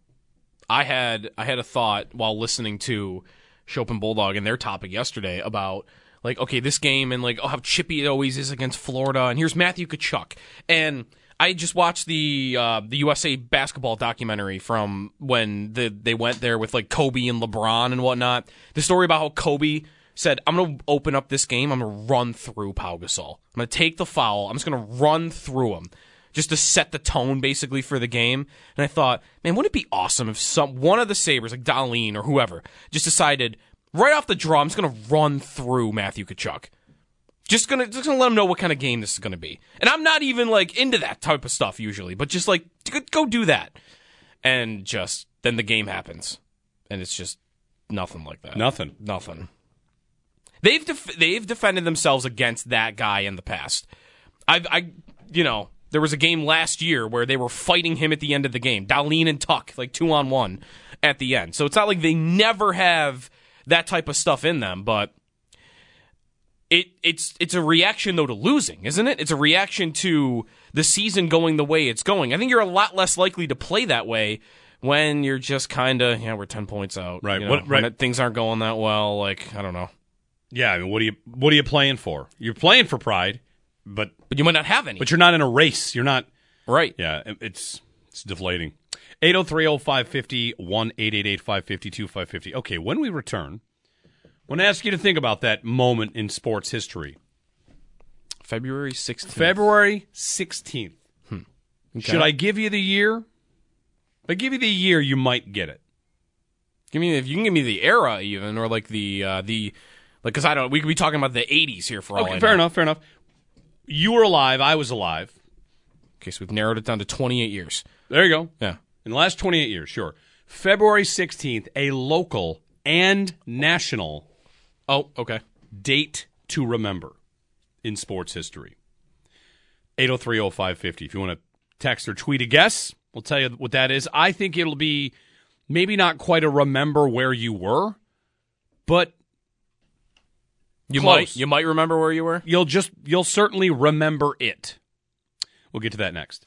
[SPEAKER 4] I had I had a thought while listening to Chopin Bulldog and their topic yesterday about like okay this game and like oh how chippy it always is against Florida and here's Matthew Kachuk and I just watched the uh, the USA basketball documentary from when the, they went there with like Kobe and LeBron and whatnot. The story about how Kobe said, "I'm gonna open up this game. I'm gonna run through Pau Gasol. I'm gonna take the foul. I'm just gonna run through him." just to set the tone basically for the game. And I thought, man, wouldn't it be awesome if some one of the Sabres, like Darlene or whoever, just decided right off the draw, I'm just gonna run through Matthew Kachuk. Just gonna just gonna let him know what kind of game this is gonna be. And I'm not even like into that type of stuff usually, but just like go- go do that. And just then the game happens. And it's just nothing like that.
[SPEAKER 3] Nothing.
[SPEAKER 4] Nothing. They've def- they've defended themselves against that guy in the past. I I you know there was a game last year where they were fighting him at the end of the game. Darlene and Tuck like two on one at the end. So it's not like they never have that type of stuff in them, but it it's it's a reaction though to losing, isn't it? It's a reaction to the season going the way it's going. I think you're a lot less likely to play that way when you're just kind of yeah we're ten points out
[SPEAKER 3] Right,
[SPEAKER 4] you know,
[SPEAKER 3] what-
[SPEAKER 4] when
[SPEAKER 3] right.
[SPEAKER 4] things aren't going that well like I don't know
[SPEAKER 3] Yeah, I mean, what are you what are you playing for? You're playing for pride, but
[SPEAKER 4] but you might not have any
[SPEAKER 3] but you're not in a race. You're not.
[SPEAKER 4] right
[SPEAKER 3] Yeah, it- it's it's deflating. 803-0550, 1-888-550-2550. Okay, when we return, I want to ask you to think about that moment in sports history.
[SPEAKER 4] February 16th.
[SPEAKER 3] February 16th. Should I give you the year? If I give you the year, you might get it.
[SPEAKER 4] Give me if you can give me the era even or like the uh the like cuz I don't we could be talking about the 80s here for all I
[SPEAKER 3] Okay, fair
[SPEAKER 4] know.
[SPEAKER 3] enough, fair enough. You were alive, I was alive.
[SPEAKER 4] Okay, so we've narrowed it down to 28 years.
[SPEAKER 3] There you go.
[SPEAKER 4] Yeah.
[SPEAKER 3] In the last 28 years, sure. February 16th, a local and national
[SPEAKER 4] Oh, okay.
[SPEAKER 3] date to remember in sports history. 8030550 if you want to text or tweet a guess we'll tell you what that is i think it'll be maybe not quite a remember where you were but
[SPEAKER 4] You
[SPEAKER 3] Close.
[SPEAKER 4] might you might remember where you were.
[SPEAKER 3] you'll just you'll certainly remember it we'll get to that next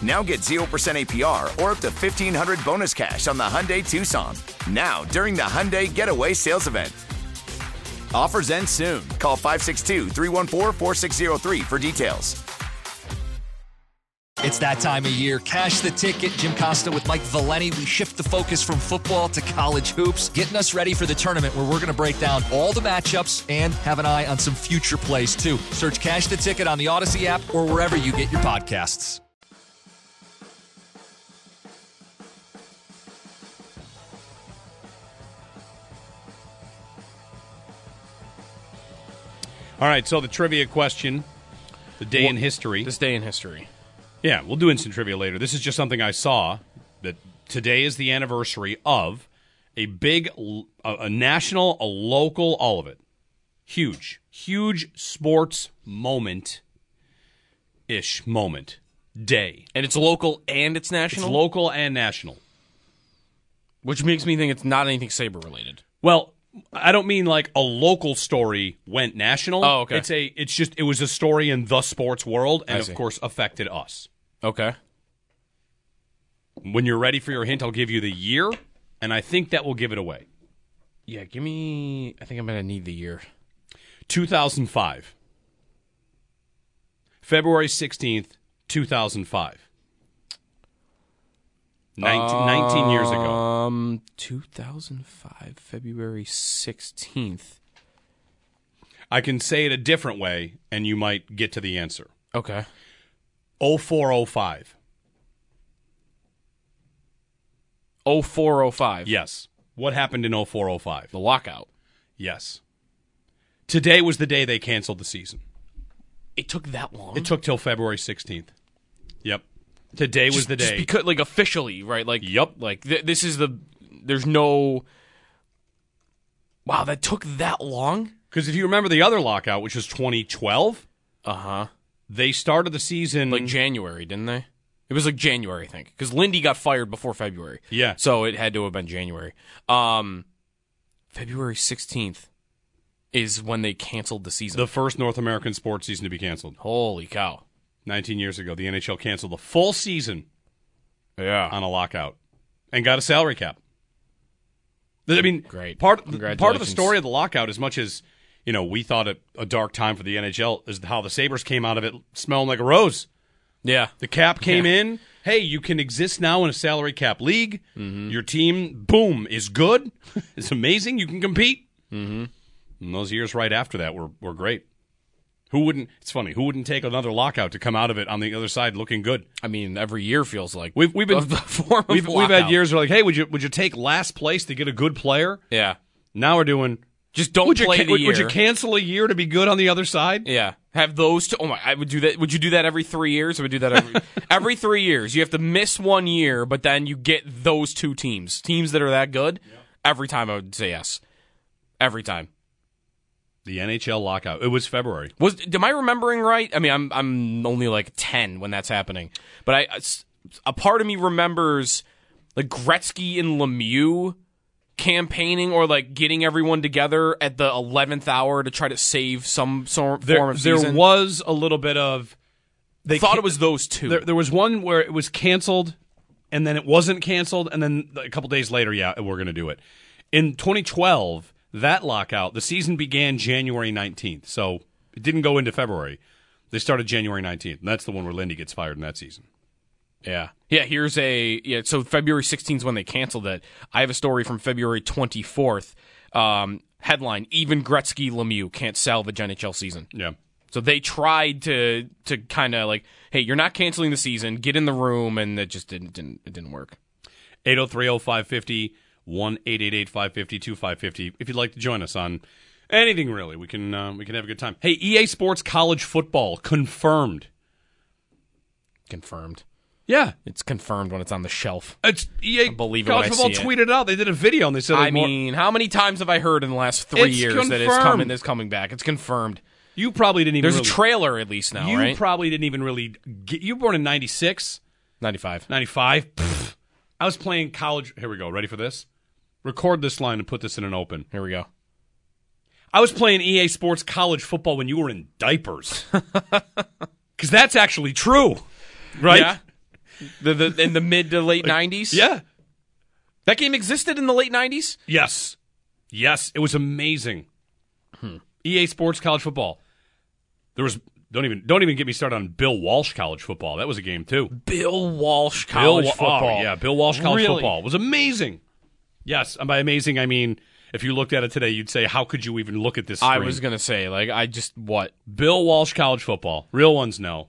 [SPEAKER 10] Now get 0% APR or up to 1500 bonus cash on the Hyundai Tucson. Now, during the Hyundai Getaway Sales Event. Offers end soon. Call 562 314 4603 for details.
[SPEAKER 11] It's that time of year. Cash the ticket. Jim Costa with Mike Valeni. We shift the focus from football to college hoops, getting us ready for the tournament where we're going to break down all the matchups and have an eye on some future plays, too. Search Cash the Ticket on the Odyssey app or wherever you get your podcasts.
[SPEAKER 3] all right so the trivia question the day in history
[SPEAKER 4] this day in history
[SPEAKER 3] yeah we'll do instant trivia later this is just something i saw that today is the anniversary of a big l- a, a national a local all of it huge huge sports moment ish moment day
[SPEAKER 4] and it's local and it's national
[SPEAKER 3] it's local and national
[SPEAKER 4] which makes me think it's not anything saber related.
[SPEAKER 3] Well, I don't mean like a local story went national.
[SPEAKER 4] Oh, okay.
[SPEAKER 3] It's a it's just it was a story in the sports world and
[SPEAKER 4] I
[SPEAKER 3] of
[SPEAKER 4] see.
[SPEAKER 3] course affected us.
[SPEAKER 4] Okay.
[SPEAKER 3] When you're ready for your hint, I'll give you the year and I think that will give it away.
[SPEAKER 4] Yeah, give me. I think I'm gonna need the year.
[SPEAKER 3] 2005. February 16th, 2005. Nineteen, nineteen 19 years ago.
[SPEAKER 4] Um, 2005, February 16th.
[SPEAKER 3] I can say it a different way and you might get to the answer.
[SPEAKER 4] Okay.
[SPEAKER 3] 0405.
[SPEAKER 4] 0405.
[SPEAKER 3] Yes. What happened in 0405? The
[SPEAKER 4] lockout.
[SPEAKER 3] Yes. Today was the day they canceled the season.
[SPEAKER 4] It took that long.
[SPEAKER 3] It took till February 16th. Yep. Today was
[SPEAKER 4] Just-
[SPEAKER 3] the
[SPEAKER 4] just
[SPEAKER 3] day.
[SPEAKER 4] because, like officially, right? Like,
[SPEAKER 3] yep.
[SPEAKER 4] Like th- this is the. There's no. Wow, that took that long.
[SPEAKER 3] Because if you remember the other lockout, which was 2012,
[SPEAKER 4] uh huh,
[SPEAKER 3] they started the season
[SPEAKER 4] like January, didn't they? It was like January, I think, because Lindy got fired before February.
[SPEAKER 3] Yeah.
[SPEAKER 4] so it had to have been January. Um, February sixteenth is when they canceled the season.
[SPEAKER 3] the first North American sports season to be canceled.
[SPEAKER 4] Holy cow.
[SPEAKER 3] 19 years ago, the NHL canceled the full season
[SPEAKER 4] yeah.
[SPEAKER 3] on a lockout and got a salary cap. I mean,
[SPEAKER 4] Great.
[SPEAKER 3] Part part of the
[SPEAKER 4] Congratulations.
[SPEAKER 3] story of the lockout, as much as you know, we thought it a dark time for the NHL, is how the Sabers came out of it smelling like a rose.
[SPEAKER 4] Yeah,
[SPEAKER 3] the cap came in. Hey, you can exist now in a salary cap league.
[SPEAKER 4] Mm-hmm.
[SPEAKER 3] Your team, boom, is good. it's amazing. You can compete.
[SPEAKER 4] Mm-hmm.
[SPEAKER 3] And those years right after that were were great. Who wouldn't? It's funny. Who wouldn't take another lockout to come out of it on the other side looking good?
[SPEAKER 4] I mean, every year feels like
[SPEAKER 3] we've we've been
[SPEAKER 4] a form of
[SPEAKER 3] we've, we've had
[SPEAKER 4] lockout.
[SPEAKER 3] years where like, hey, would you would you take last place to get a good player?
[SPEAKER 4] Yeah.
[SPEAKER 3] Now we're doing
[SPEAKER 4] just don't
[SPEAKER 3] would you
[SPEAKER 4] play
[SPEAKER 3] ca-
[SPEAKER 4] the
[SPEAKER 3] would, would you
[SPEAKER 4] year.
[SPEAKER 3] cancel a year to be good on the other side?
[SPEAKER 4] Yeah, have those. Two, oh my! I would do that. Would you do that every three years? I would do that every, every three years. You have to miss one year, but then you get those two teams, teams that are that good. Every time I would say yes. Every time.
[SPEAKER 3] The NHL lockout. It was February.
[SPEAKER 4] Was am I remembering right? I mean, I'm I'm only like ten when that's happening, but I s- a part of me remembers like Gretzky and Lemieux campaigning or like getting everyone together at the eleventh hour to try to save some sort
[SPEAKER 3] There,
[SPEAKER 4] form of
[SPEAKER 3] there
[SPEAKER 4] season.
[SPEAKER 3] was a little bit of they
[SPEAKER 4] thought
[SPEAKER 3] ca-
[SPEAKER 4] it was those two.
[SPEAKER 3] There, there was one where it was canceled, and then it wasn't canceled, and then a couple days later, yeah, we're going to do it. In 2012, that lockout, the season began January 19th, so it didn't go into February. They started January 19th, and that's the one where Lindy gets fired in that season.
[SPEAKER 4] Yeah. Yeah, here's a yeah, so February 16th is when they canceled it. I have a story from February 24th. Um, headline, even Gretzky Lemieux can't salvage NHL season.
[SPEAKER 3] Yeah.
[SPEAKER 4] So they tried to to kind of like, hey, you're not canceling the season, get in the room and it just didn't didn't it didn't work.
[SPEAKER 3] 803-0550, 1-888-550-2550. If you'd like to join us on anything really, we can uh, we can have a good time. Hey, EA Sports College Football confirmed.
[SPEAKER 4] Confirmed.
[SPEAKER 3] Yeah,
[SPEAKER 4] it's confirmed when it's on the shelf.
[SPEAKER 3] It's EA
[SPEAKER 4] I believe it when
[SPEAKER 3] College
[SPEAKER 4] I
[SPEAKER 3] Football
[SPEAKER 4] see it.
[SPEAKER 3] tweeted it out. They did a video and they said
[SPEAKER 4] I
[SPEAKER 3] there's more-
[SPEAKER 4] mean, how many times have I heard in the last three
[SPEAKER 3] It's
[SPEAKER 4] years that it's coming?
[SPEAKER 3] confirmed.
[SPEAKER 4] It's coming back. It's confirmed.
[SPEAKER 3] You probably didn't even
[SPEAKER 4] There's
[SPEAKER 3] really-
[SPEAKER 4] a trailer at least now,
[SPEAKER 3] you
[SPEAKER 4] right?
[SPEAKER 3] probably didn't even really get you were born in 96
[SPEAKER 4] 95
[SPEAKER 3] 95 Pfft. i was playing college here we go ready for this record this line and put this in an open
[SPEAKER 4] here we go
[SPEAKER 3] i was playing ea sports college football when you were in diapers because that's actually true right
[SPEAKER 4] Yeah. The, the in the mid to late nineties.
[SPEAKER 3] Yeah.
[SPEAKER 4] That game existed in the late nineties?
[SPEAKER 3] yes yes it was amazing
[SPEAKER 4] Hmm.
[SPEAKER 3] ea sports college football there was don't even don't even get me started on bill walsh college football that was a game too
[SPEAKER 4] Bill Walsh
[SPEAKER 3] Bill
[SPEAKER 4] College
[SPEAKER 3] Wa- oh,
[SPEAKER 4] football.
[SPEAKER 3] yeah, Bill Walsh College
[SPEAKER 4] Really?
[SPEAKER 3] football was amazing. Yes, and by amazing I mean if you looked at it today, you'd say, "How could you even look at this?"
[SPEAKER 4] I
[SPEAKER 3] screen?"
[SPEAKER 4] was gonna say, like, I just what?
[SPEAKER 3] Bill Walsh College football. Real ones know.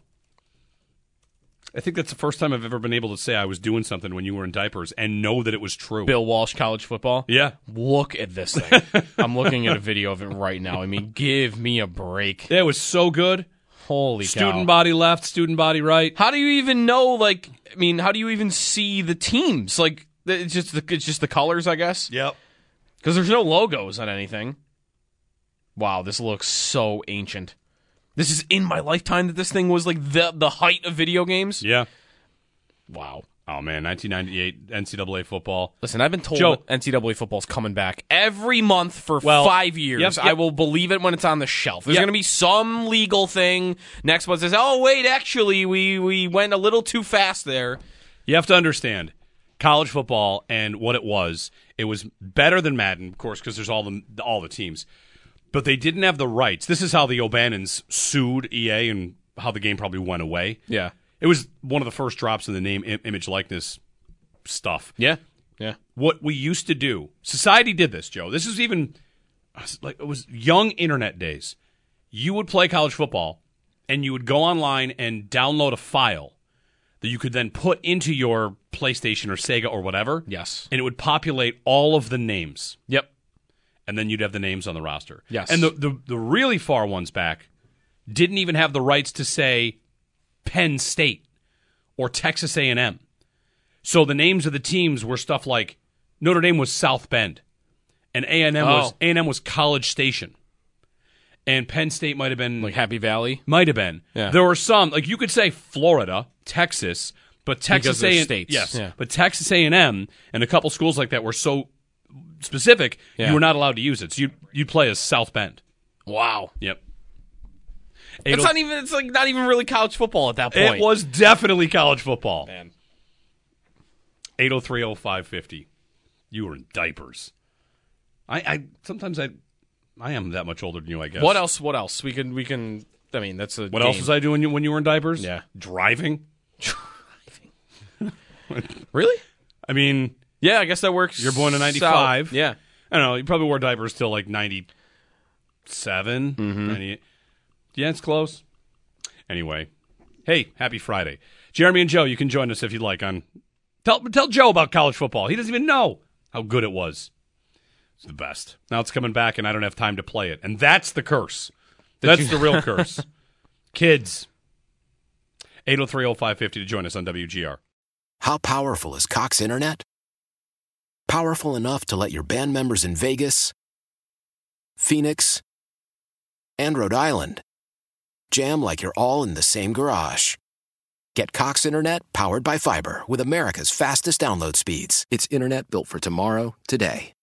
[SPEAKER 3] I think that's the first time I've ever been able to say I was doing something when you were in diapers and know that it was true.
[SPEAKER 4] Bill Walsh College football.
[SPEAKER 3] Yeah.
[SPEAKER 4] Look at this thing. I'm looking at a video of it right now. I mean, give me a break.
[SPEAKER 3] It was so good.
[SPEAKER 4] Holy
[SPEAKER 3] Student
[SPEAKER 4] cow.
[SPEAKER 3] body left, student body right.
[SPEAKER 4] How do you even know? Like, I mean, how do you even see the teams? Like, th- it's just the it's just the colors, I guess.
[SPEAKER 3] Yep.
[SPEAKER 4] Because there's no logos on anything. Wow, this looks so ancient. This is in my lifetime that this thing was like the the height of video games.
[SPEAKER 3] Yeah.
[SPEAKER 4] Wow.
[SPEAKER 3] Oh man, 1998 NCAA football.
[SPEAKER 4] Listen, I've been told
[SPEAKER 3] Joe-
[SPEAKER 4] that NCAA football's coming back every month for
[SPEAKER 3] Well,
[SPEAKER 4] five years.
[SPEAKER 3] yep, yep.
[SPEAKER 4] I will believe it when it's on the shelf. There's
[SPEAKER 3] Yep.
[SPEAKER 4] going to be some legal thing next month. Says, oh wait, actually, we we went a little too fast there.
[SPEAKER 3] You have to understand college football and what it was. It was better than Madden, of course, because there's all the all the teams, but they didn't have the rights. This is how the O'Bannons sued EA and how the game probably went away.
[SPEAKER 4] Yeah.
[SPEAKER 3] it was one of the first drops in the name, im- image, likeness stuff.
[SPEAKER 4] Yeah, yeah.
[SPEAKER 3] What we used to do, society did this, Joe. This is even like it was young internet days. You would play college football, and you would go online and download a file that you could then put into your PlayStation or Sega or whatever.
[SPEAKER 4] Yes.
[SPEAKER 3] And it would populate all of the names.
[SPEAKER 4] Yep.
[SPEAKER 3] And then you'd have the names on the roster.
[SPEAKER 4] Yes.
[SPEAKER 3] And the, the, the really far ones back didn't even have the rights to say Penn State or Texas A&M. So the names of the teams were stuff like Notre Dame was South Bend and A&M was
[SPEAKER 4] Oh.
[SPEAKER 3] A&M was College Station. And Penn State might have been
[SPEAKER 4] Like Happy Valley.
[SPEAKER 3] might have been.
[SPEAKER 4] Yeah.
[SPEAKER 3] There were some like you could say Florida, Texas, but Texas
[SPEAKER 4] they're
[SPEAKER 3] A
[SPEAKER 4] states.
[SPEAKER 3] Yes,
[SPEAKER 4] Yeah.
[SPEAKER 3] but Texas A and M and a couple schools like that were so specific
[SPEAKER 4] Yeah.
[SPEAKER 3] you were not allowed to use it. So you you play as South Bend.
[SPEAKER 4] Wow.
[SPEAKER 3] Yep.
[SPEAKER 4] It's not even. It's like not even really college football at that point.
[SPEAKER 3] It was definitely college football.
[SPEAKER 4] Man.
[SPEAKER 3] 8030550. You were in diapers. I, I sometimes I I am that much older than you, I guess.
[SPEAKER 4] What else? What else? We can. We can. I mean, that's a.
[SPEAKER 3] What else was I doing you- when you were in diapers?
[SPEAKER 4] Yeah.
[SPEAKER 3] Driving?
[SPEAKER 4] Really?
[SPEAKER 3] I mean,
[SPEAKER 4] Yeah, I guess that works.
[SPEAKER 3] You're born in
[SPEAKER 4] out.
[SPEAKER 3] 95.
[SPEAKER 4] Yeah.
[SPEAKER 3] I don't know. You probably wore diapers till like 97, 98. Yeah, it's close. Anyway, hey, happy Friday. Jeremy and Joe, you can join us if you'd like on. Tell, tell Joe about college football. He doesn't even know how good it was. It's the best. Now it's coming back, and I don't have time to play it. And that's the curse. That's the real curse. Kids. 8030550 to join us on WGR.
[SPEAKER 7] How powerful is Cox Internet? Powerful enough to let your band members in Vegas, Phoenix, and Rhode Island jam like you're all in the same garage. Get Cox Internet powered by fiber with America's fastest download speeds. It's internet built for tomorrow, today.